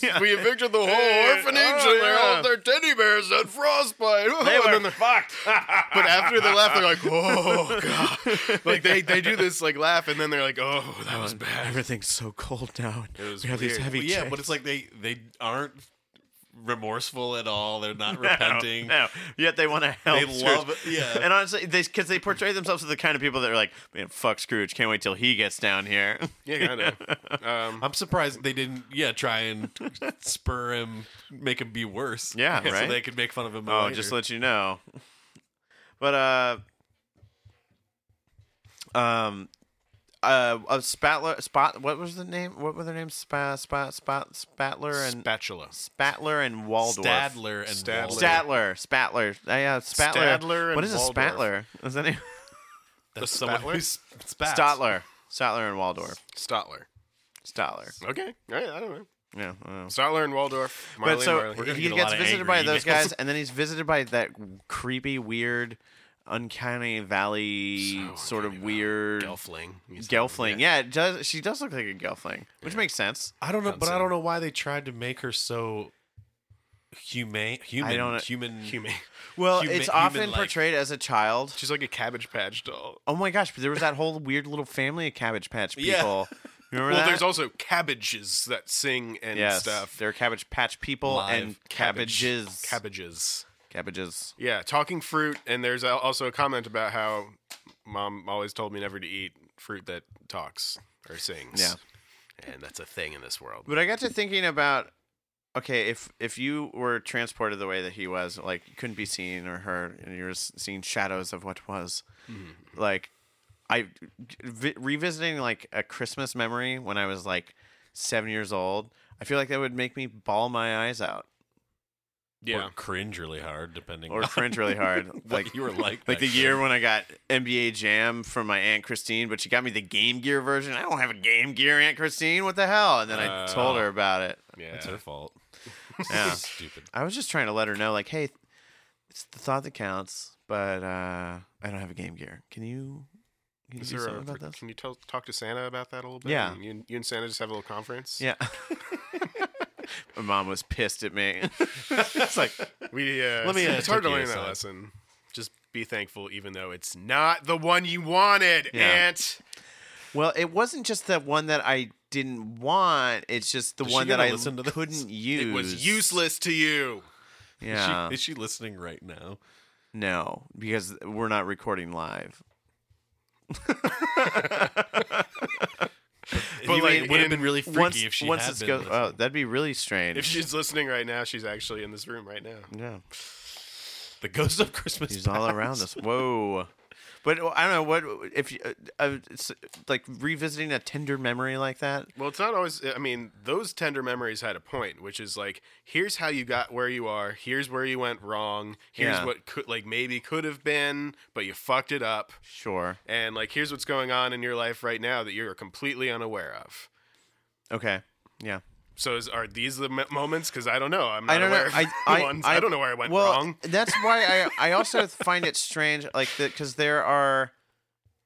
Speaker 2: Yeah.
Speaker 3: we evicted the whole
Speaker 2: Hey,
Speaker 3: orphanage
Speaker 2: oh,
Speaker 3: and they're
Speaker 2: yeah.
Speaker 3: all their teddy bears had frostbite.
Speaker 2: They
Speaker 3: And
Speaker 2: were
Speaker 3: then they're-
Speaker 2: fucked.
Speaker 3: but after they laugh, they're like, oh god, like they they do this like laugh and then they're like, oh, that was bad.
Speaker 2: Everything's so cold now.
Speaker 3: It was
Speaker 2: we have these
Speaker 3: weird.
Speaker 2: heavy.
Speaker 4: Well, yeah,
Speaker 2: chains.
Speaker 4: but it's like they they aren't remorseful at all. They're not repenting.
Speaker 2: No, yet they want to help.
Speaker 4: They love
Speaker 2: Scrooge.
Speaker 4: it, yeah.
Speaker 2: And honestly, they because they portray themselves as the kind of people that are like, man, fuck Scrooge, can't wait till he gets down here.
Speaker 3: Yeah, kind of. Um,
Speaker 4: I'm surprised they didn't, yeah, try and spur him, make him be worse.
Speaker 2: Yeah,
Speaker 4: So
Speaker 2: right?
Speaker 4: they could make fun of him.
Speaker 2: oh,
Speaker 4: later.
Speaker 2: just to let you know. But uh, um, uh, a Spatler spot. What was the name? What were their names? Spa, spot, spot, Spatler and
Speaker 3: spatula.
Speaker 2: Spatler and Waldorf.
Speaker 4: Stadler and
Speaker 3: Stadler.
Speaker 4: Waldorf.
Speaker 2: Statler, Spatler, Uh, yeah, Spatler.
Speaker 3: Stadler and
Speaker 2: what is a
Speaker 3: Waldorf.
Speaker 2: Spatler? Is that name?
Speaker 4: That's someone
Speaker 3: Statler?
Speaker 4: who s- spats.
Speaker 2: Statler, Statler and Waldorf,
Speaker 3: Stotler.
Speaker 2: Statler.
Speaker 3: Okay. All right, I don't know.
Speaker 2: Yeah, I don't know.
Speaker 3: Stotler and Waldorf. Marley
Speaker 2: But
Speaker 3: and
Speaker 2: so
Speaker 3: Marley.
Speaker 4: We're gonna
Speaker 2: he
Speaker 4: get a
Speaker 2: gets
Speaker 4: lot of
Speaker 2: visited
Speaker 4: angry
Speaker 2: by those
Speaker 4: emails.
Speaker 2: guys, and then he's visited by that creepy, weird, uncanny valley
Speaker 3: So
Speaker 2: sort of
Speaker 3: uncanny valley.
Speaker 2: weird
Speaker 3: Gelfling. He's-
Speaker 2: gelfling. Yeah, it does she does look like a gelfling, which makes sense.
Speaker 4: I don't know, but I
Speaker 3: Hudson.
Speaker 4: don't know why they tried to make her so humane. Human.
Speaker 2: don't-
Speaker 4: human.
Speaker 3: Human.
Speaker 2: Well,
Speaker 4: Human-
Speaker 2: it's often
Speaker 4: human-like.
Speaker 2: portrayed as a child.
Speaker 3: She's like a Cabbage Patch doll.
Speaker 2: Oh my gosh, but there was that whole weird little family of Cabbage Patch
Speaker 4: Yeah.
Speaker 2: people. Remember
Speaker 3: Well,
Speaker 2: that?
Speaker 3: there's also cabbages that sing and
Speaker 2: yes,
Speaker 3: stuff.
Speaker 2: there are Cabbage Patch people
Speaker 4: Live
Speaker 2: and
Speaker 3: Cabbage-
Speaker 2: cabbages.
Speaker 3: Cabbages.
Speaker 2: Cabbages.
Speaker 3: Yeah, talking fruit. And there's al- also a comment about how mom always told me never to eat fruit that talks or sings.
Speaker 2: Yeah.
Speaker 3: And that's a thing in this world.
Speaker 2: But I got to thinking about okay, if if you were transported the way that he was, like you couldn't be seen or heard, and you're just seeing shadows of what was,
Speaker 4: Mm-hmm.
Speaker 2: like I vi- revisiting like a Christmas memory when I was like seven years old. I feel like that would make me ball my eyes out
Speaker 3: Yeah.
Speaker 4: Or cringe really hard, depending
Speaker 2: or
Speaker 4: on
Speaker 2: cringe really hard,
Speaker 4: what
Speaker 2: like
Speaker 4: you were like.
Speaker 2: Like
Speaker 4: back
Speaker 2: the
Speaker 4: then.
Speaker 2: year when I got NBA Jam from my aunt Christine, but she got me the Game Gear version. I don't have a Game Gear, Aunt Christine. What the hell? And then I
Speaker 3: Oh.
Speaker 4: Uh,
Speaker 2: told her about it.
Speaker 3: Yeah.
Speaker 4: It's her fault.
Speaker 2: Yeah.
Speaker 4: Stupid.
Speaker 2: I was just trying to let her know, like, hey, it's the thought that counts, but uh, I don't have a Game Gear. Can you, can you
Speaker 3: Is
Speaker 2: do
Speaker 3: there
Speaker 2: something
Speaker 3: a-
Speaker 2: about this?
Speaker 3: Can you tell, talk to Santa about that a little bit?
Speaker 2: Yeah.
Speaker 3: And You, you and Santa just have a little conference?
Speaker 2: Yeah. my mom was pissed at me. it's like,
Speaker 3: We uh,
Speaker 4: Let me, uh,
Speaker 3: it's hard to
Speaker 4: take you
Speaker 3: learn that
Speaker 4: aside.
Speaker 3: lesson. Just be thankful, even though it's not the one you wanted,
Speaker 2: Yeah.
Speaker 3: Aunt.
Speaker 2: well, it wasn't just the one that I didn't want. It's just the
Speaker 4: Is she
Speaker 2: one that
Speaker 4: gonna
Speaker 2: I
Speaker 4: listen to this?
Speaker 2: couldn't use.
Speaker 3: It was useless to you.
Speaker 2: Yeah.
Speaker 4: Is, she, is she listening right now?
Speaker 2: no, because we're not recording live.
Speaker 3: But,
Speaker 4: You
Speaker 3: like,
Speaker 4: mean, it
Speaker 3: in-
Speaker 4: would have been really freaky
Speaker 2: once
Speaker 4: if she
Speaker 2: once
Speaker 4: had
Speaker 2: this
Speaker 4: been
Speaker 2: goes,
Speaker 4: listening.
Speaker 2: oh, that'd be really strange.
Speaker 3: If she's listening right now, she's actually in this room right now.
Speaker 2: yeah.
Speaker 4: the ghost of Christmas.
Speaker 2: He's all around us. Whoa. But uh, I don't know what if you, uh, uh, it's, uh, like revisiting a tender memory like that.
Speaker 3: Well, it's not always. I mean, those tender memories had a point, which is like, here's how you got where you are. Here's where you went wrong. Here's
Speaker 2: Yeah.
Speaker 3: what could, like, maybe could have been, but you fucked it up.
Speaker 2: Sure.
Speaker 3: And like, here's what's going on in your life right now that you're completely unaware of.
Speaker 2: Okay. Yeah.
Speaker 3: So, is, are these the m- moments? Because I don't know. I'm not
Speaker 2: I don't
Speaker 3: aware
Speaker 2: know.
Speaker 3: of
Speaker 2: I,
Speaker 3: the
Speaker 2: I,
Speaker 3: ones. I, don't know where I went
Speaker 2: well,
Speaker 3: wrong.
Speaker 2: That's why I, I also find it strange, like because there are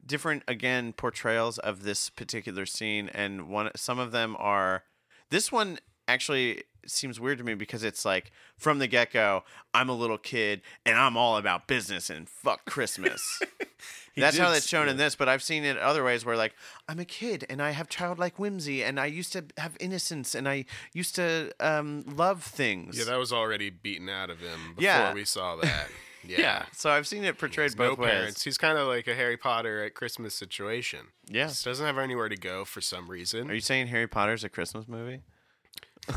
Speaker 2: different again portrayals of this particular scene, and one some of them are. This one actually seems weird to me because it's like from the get go, I'm a little kid and I'm all about business and fuck Christmas. That's how
Speaker 4: did
Speaker 2: that's shown in
Speaker 4: steal.
Speaker 2: this, but I've seen it other ways where like I'm a kid and I have childlike whimsy and I used to have innocence and I used to um, love things.
Speaker 3: Yeah, that was already beaten out of him before
Speaker 2: Yeah.
Speaker 3: we saw that. Yeah.
Speaker 2: So I've seen it portrayed
Speaker 3: There's
Speaker 2: both
Speaker 3: no
Speaker 2: ways.
Speaker 3: parents. He's kind of like a Harry Potter at Christmas situation.
Speaker 2: Yeah.
Speaker 3: Just doesn't have anywhere to go for some reason. Um,
Speaker 2: Are you saying Harry Potter's a Christmas movie?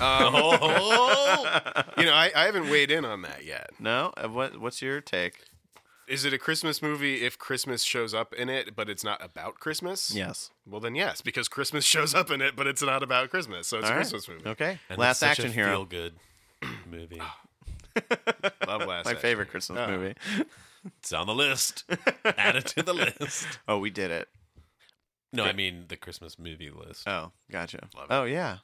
Speaker 3: you know, I, I haven't weighed in on that yet.
Speaker 2: No. Uh, What What's your take?
Speaker 3: Is it a Christmas movie if Christmas shows up in it, but it's not about Christmas?
Speaker 2: Yes.
Speaker 3: Well, then yes, because Christmas shows up in it, but it's not about Christmas, so it's a
Speaker 2: All right.
Speaker 3: Christmas movie.
Speaker 2: Okay.
Speaker 4: And it's
Speaker 2: Last
Speaker 4: such
Speaker 2: Action
Speaker 4: a
Speaker 2: Hero.
Speaker 4: Feel good movie.
Speaker 3: Love Last
Speaker 2: My
Speaker 3: Action.
Speaker 2: favorite Christmas
Speaker 3: Oh.
Speaker 2: movie.
Speaker 4: It's on the list. Add it to the list.
Speaker 2: Oh, we did it.
Speaker 4: No, I mean the Christmas movie list.
Speaker 2: Oh, gotcha.
Speaker 3: Love it.
Speaker 2: Oh yeah,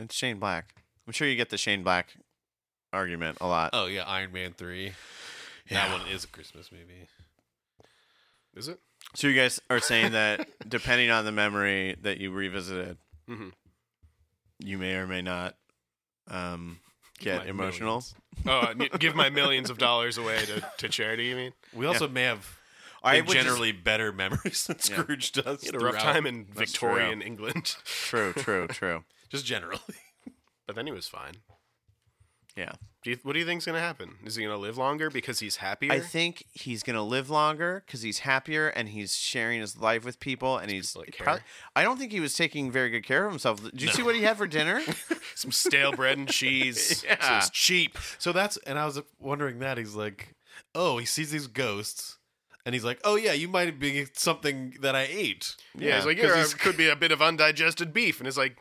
Speaker 2: it's Shane Black. I'm sure you get the Shane Black argument a lot.
Speaker 4: oh yeah, Iron Man three.
Speaker 2: Yeah.
Speaker 4: That one is a Christmas movie.
Speaker 3: Is it?
Speaker 2: So you guys are saying that depending on the memory that you revisited,
Speaker 3: Mhm.
Speaker 2: you may or may not um, get
Speaker 4: Like
Speaker 2: emotional.
Speaker 4: millions.
Speaker 3: Oh, uh, n- give my millions of dollars away to, to charity, you mean?
Speaker 4: We also may have
Speaker 2: I
Speaker 4: been
Speaker 2: would just-
Speaker 4: generally better memories than
Speaker 2: Yeah.
Speaker 4: Scrooge does.
Speaker 3: He had a rough
Speaker 4: throughout-
Speaker 3: time in
Speaker 2: That's true.
Speaker 3: Victorian England,
Speaker 2: True, true, true.
Speaker 4: just generally.
Speaker 3: but then he was fine.
Speaker 2: Yeah.
Speaker 3: Do you, what do you think's gonna happen? Is he gonna live longer because he's happier?
Speaker 2: I think he's gonna live longer because he's happier and he's sharing his life with people and he's.
Speaker 3: people that
Speaker 2: prob-
Speaker 3: care.
Speaker 2: I don't think he was taking very good care of himself. Did you see what he had for dinner?
Speaker 3: Some stale bread and cheese.
Speaker 2: Yeah.
Speaker 3: yeah. It's cheap.
Speaker 4: So that's and I was wondering that he's like, oh, he sees these ghosts, and he's like, oh yeah, you might have been something that I ate.
Speaker 3: Yeah, it's like
Speaker 4: 'cause
Speaker 3: here
Speaker 4: he's-
Speaker 3: could be a bit of undigested beef, and it's like,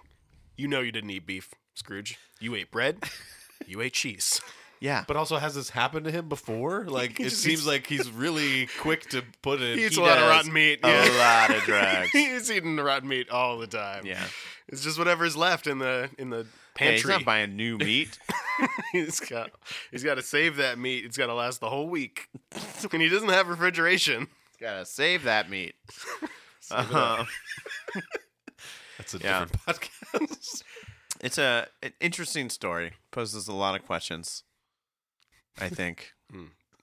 Speaker 3: you know, you didn't eat beef, Scrooge. You ate bread. You ate cheese.
Speaker 2: yeah.
Speaker 4: But also, has this happened to him before? Like, it
Speaker 3: just
Speaker 4: seems
Speaker 3: eats-
Speaker 4: like he's really quick to put it.
Speaker 3: He eats
Speaker 2: He
Speaker 3: a lot
Speaker 2: does
Speaker 3: of rotten meat.
Speaker 2: A
Speaker 3: Yeah.
Speaker 2: lot of drugs.
Speaker 3: He's eating rotten meat all the time.
Speaker 2: Yeah.
Speaker 3: it's just whatever's left in the in the
Speaker 2: Hey, he's
Speaker 3: pantry.
Speaker 2: not buying new meat.
Speaker 3: he's got he's got to save that meat. It's got to last the whole week, and he doesn't have refrigeration.
Speaker 2: Gotta save that meat. Uh-huh.
Speaker 4: That's a
Speaker 2: Yeah.
Speaker 4: different podcast.
Speaker 2: It's a an interesting story. Poses a lot of questions. I think.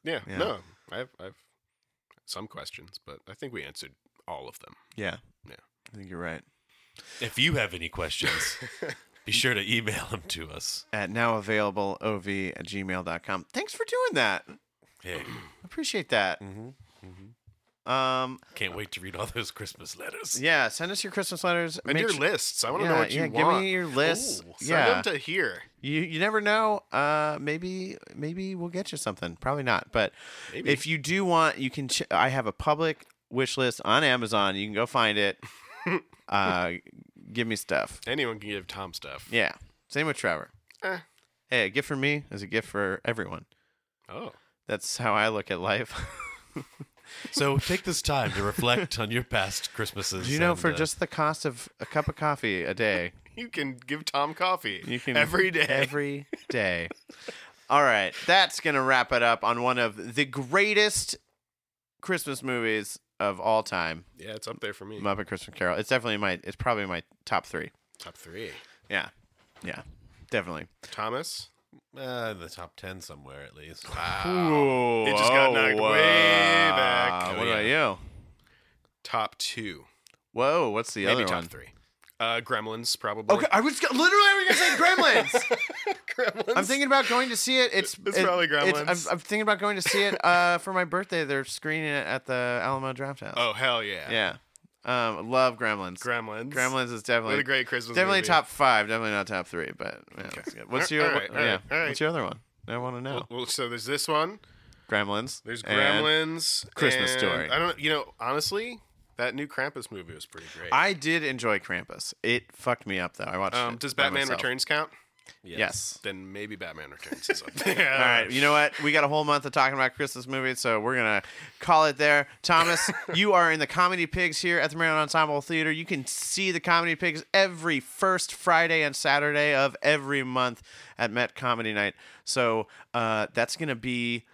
Speaker 3: Yeah,
Speaker 2: Yeah.
Speaker 3: no, I've I've some questions, but I think we answered all of them.
Speaker 2: Yeah.
Speaker 3: Yeah.
Speaker 2: I think you're right.
Speaker 4: if you have any questions, be sure to email them to us.
Speaker 2: At now available ov at gmail.com. Thanks for doing that.
Speaker 4: Hey,
Speaker 2: Appreciate that.
Speaker 3: Mm-hmm.
Speaker 2: Um,
Speaker 4: can't wait to read all those Christmas letters.
Speaker 2: yeah, send us your Christmas letters.
Speaker 3: And
Speaker 2: Make
Speaker 3: your
Speaker 2: su-
Speaker 3: lists. I want to
Speaker 2: yeah,
Speaker 3: know what you
Speaker 2: yeah, give
Speaker 3: want.
Speaker 2: me your lists.
Speaker 3: Ooh, send
Speaker 2: yeah,
Speaker 3: them to here.
Speaker 2: you you never know. Uh, maybe maybe we'll get you something. Probably not, but
Speaker 3: Maybe.
Speaker 2: if you do want, you can. Ch- I have a public wish list on Amazon. You can go find it. uh, give me stuff.
Speaker 3: Anyone can give Tom stuff.
Speaker 2: Yeah, same with Trevor.
Speaker 3: Eh.
Speaker 2: Hey, a gift for me is a gift for everyone.
Speaker 3: Oh,
Speaker 2: That's how I look at life.
Speaker 4: So take this time to reflect on your past Christmases.
Speaker 2: Do you know
Speaker 4: and,
Speaker 2: for
Speaker 4: uh,
Speaker 2: just the cost of a cup of coffee a day,
Speaker 3: you can give Tom coffee.
Speaker 2: You can
Speaker 3: every day.
Speaker 2: Every day. All right, that's gonna wrap it up on one of the greatest Christmas movies of all time,
Speaker 3: yeah, it's up there for me.
Speaker 2: Muppet Christmas Carol. It's definitely my. It's probably my top three.
Speaker 3: Top three.
Speaker 2: Yeah, yeah, definitely.
Speaker 3: Thomas.
Speaker 4: uh, in the top ten somewhere at least. Ah,
Speaker 2: Ooh,
Speaker 3: Oh, It just got knocked way back. Oh,
Speaker 2: What about you?
Speaker 3: Top two.
Speaker 2: Whoa, what's the
Speaker 3: Maybe
Speaker 2: other
Speaker 3: top
Speaker 2: one?
Speaker 3: three. Uh, Gremlins, probably.
Speaker 2: Okay, I was g- literally I was gonna say Gremlins.
Speaker 3: Gremlins.
Speaker 2: I'm thinking about going to see it. It's
Speaker 3: It's
Speaker 2: it-
Speaker 3: probably
Speaker 2: I'm,
Speaker 3: Gremlins.
Speaker 2: I'm thinking about going to see it uh, for my birthday. They're screening it at the Alamo Draft House.
Speaker 3: Oh hell yeah.
Speaker 2: yeah, um, love Gremlins.
Speaker 3: Gremlins.
Speaker 2: Gremlins is
Speaker 3: What
Speaker 2: definitely
Speaker 3: a great Christmas.
Speaker 2: definitely
Speaker 3: movie.
Speaker 2: top five. Definitely not top three, but yeah, it's good. what's
Speaker 3: All
Speaker 2: your
Speaker 3: right, all right,
Speaker 2: yeah?
Speaker 3: all right.
Speaker 2: What's your other one? I want to know.
Speaker 3: Well, well, so there's this one.
Speaker 2: Gremlins.
Speaker 3: There's
Speaker 2: and-
Speaker 3: Gremlins.
Speaker 2: Christmas
Speaker 3: and-
Speaker 2: Story.
Speaker 3: I don't. You know, honestly, that new Krampus movie was pretty great.
Speaker 2: I did enjoy Krampus. It fucked me up though. I watched.
Speaker 3: um,
Speaker 2: it
Speaker 3: does
Speaker 2: by
Speaker 3: Batman
Speaker 2: myself.
Speaker 3: Returns count?
Speaker 2: Yes.
Speaker 3: Then maybe Batman Returns is up there.
Speaker 2: All right, you know what? We got a whole month of talking about Christmas movies, so we're gonna call it there. Thomas, you are in the Comedy Pigs here at the Maryland Ensemble Theater. You can see the Comedy Pigs every first Friday and Saturday of every month at Met Comedy Night. So uh, that's gonna be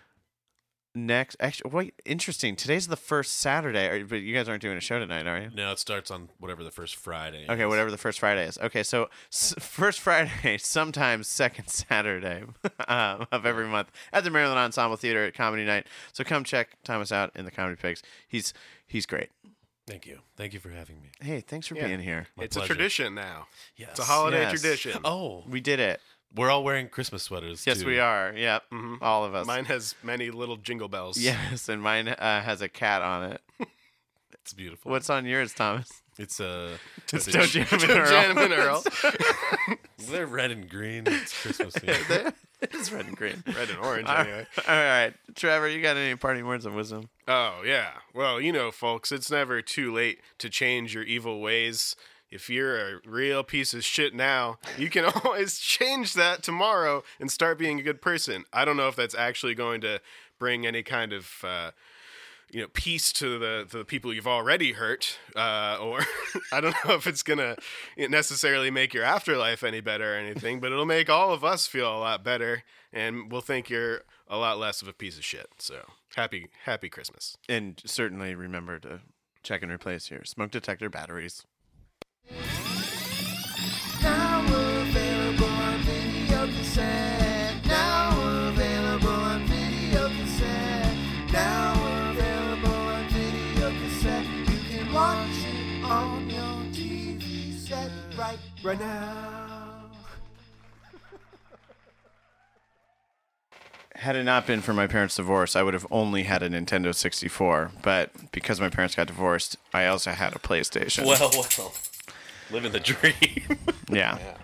Speaker 2: next. Actually, wait, interesting. Today's the first Saturday, Are- but you guys aren't doing a show tonight, are you?
Speaker 4: No, it starts on whatever the first Friday.
Speaker 2: Okay,
Speaker 4: is.
Speaker 2: whatever the first Friday is. Okay, so s- first Friday, sometimes second Saturday um, of every month at the Maryland Ensemble Theater at Comedy Night. So come check Thomas out in the Comedy Pigs. He's he's great.
Speaker 4: Thank you. Thank you for having me.
Speaker 2: Hey, thanks for
Speaker 3: Yeah.
Speaker 2: being here.
Speaker 4: My
Speaker 3: it's a
Speaker 4: pleasure.
Speaker 3: tradition now.
Speaker 4: Yes.
Speaker 3: It's a holiday
Speaker 2: Yes.
Speaker 3: tradition.
Speaker 4: Oh,
Speaker 2: We did it.
Speaker 4: we're all wearing Christmas sweaters.
Speaker 2: Yes,
Speaker 4: too.
Speaker 2: we are. Yep,
Speaker 3: Mhm.
Speaker 2: all of us.
Speaker 3: Mine has many little jingle bells.
Speaker 2: Yes, and mine uh, has a cat on it.
Speaker 4: It's beautiful.
Speaker 2: What's on yours, Thomas?
Speaker 4: It's uh,
Speaker 2: It's
Speaker 4: a
Speaker 2: Toe Jam and Earl.
Speaker 3: Jam and Earl.
Speaker 4: They're red and green. It's Christmas. themed.
Speaker 2: It's red and green.
Speaker 3: Red and orange,
Speaker 2: All right.
Speaker 3: anyway.
Speaker 2: All right, Trevor, you got any parting words of wisdom?
Speaker 3: Oh, yeah. Well, you know, folks, it's never too late to change your evil ways. If you're a real piece of shit now, you can always change that tomorrow and start being a good person. I don't know if that's actually going to bring any kind of. Uh, you know, peace to the to the people you've already hurt, uh, or I don't know if it's gonna necessarily make your afterlife any better or anything, but it'll make all of us feel a lot better, and we'll think you're a lot less of a piece of shit. So happy happy Christmas.
Speaker 2: And certainly remember to check and replace your smoke detector batteries.
Speaker 1: Now available on video cassette. Now available on video cassette. Now available on video cassette. You can watch it on your TV set right, right now.
Speaker 2: Had it not been for my parents' divorce, I would have only had a Nintendo 64. But because my parents got divorced, I also had a PlayStation.
Speaker 4: well, well, living the dream.
Speaker 2: yeah.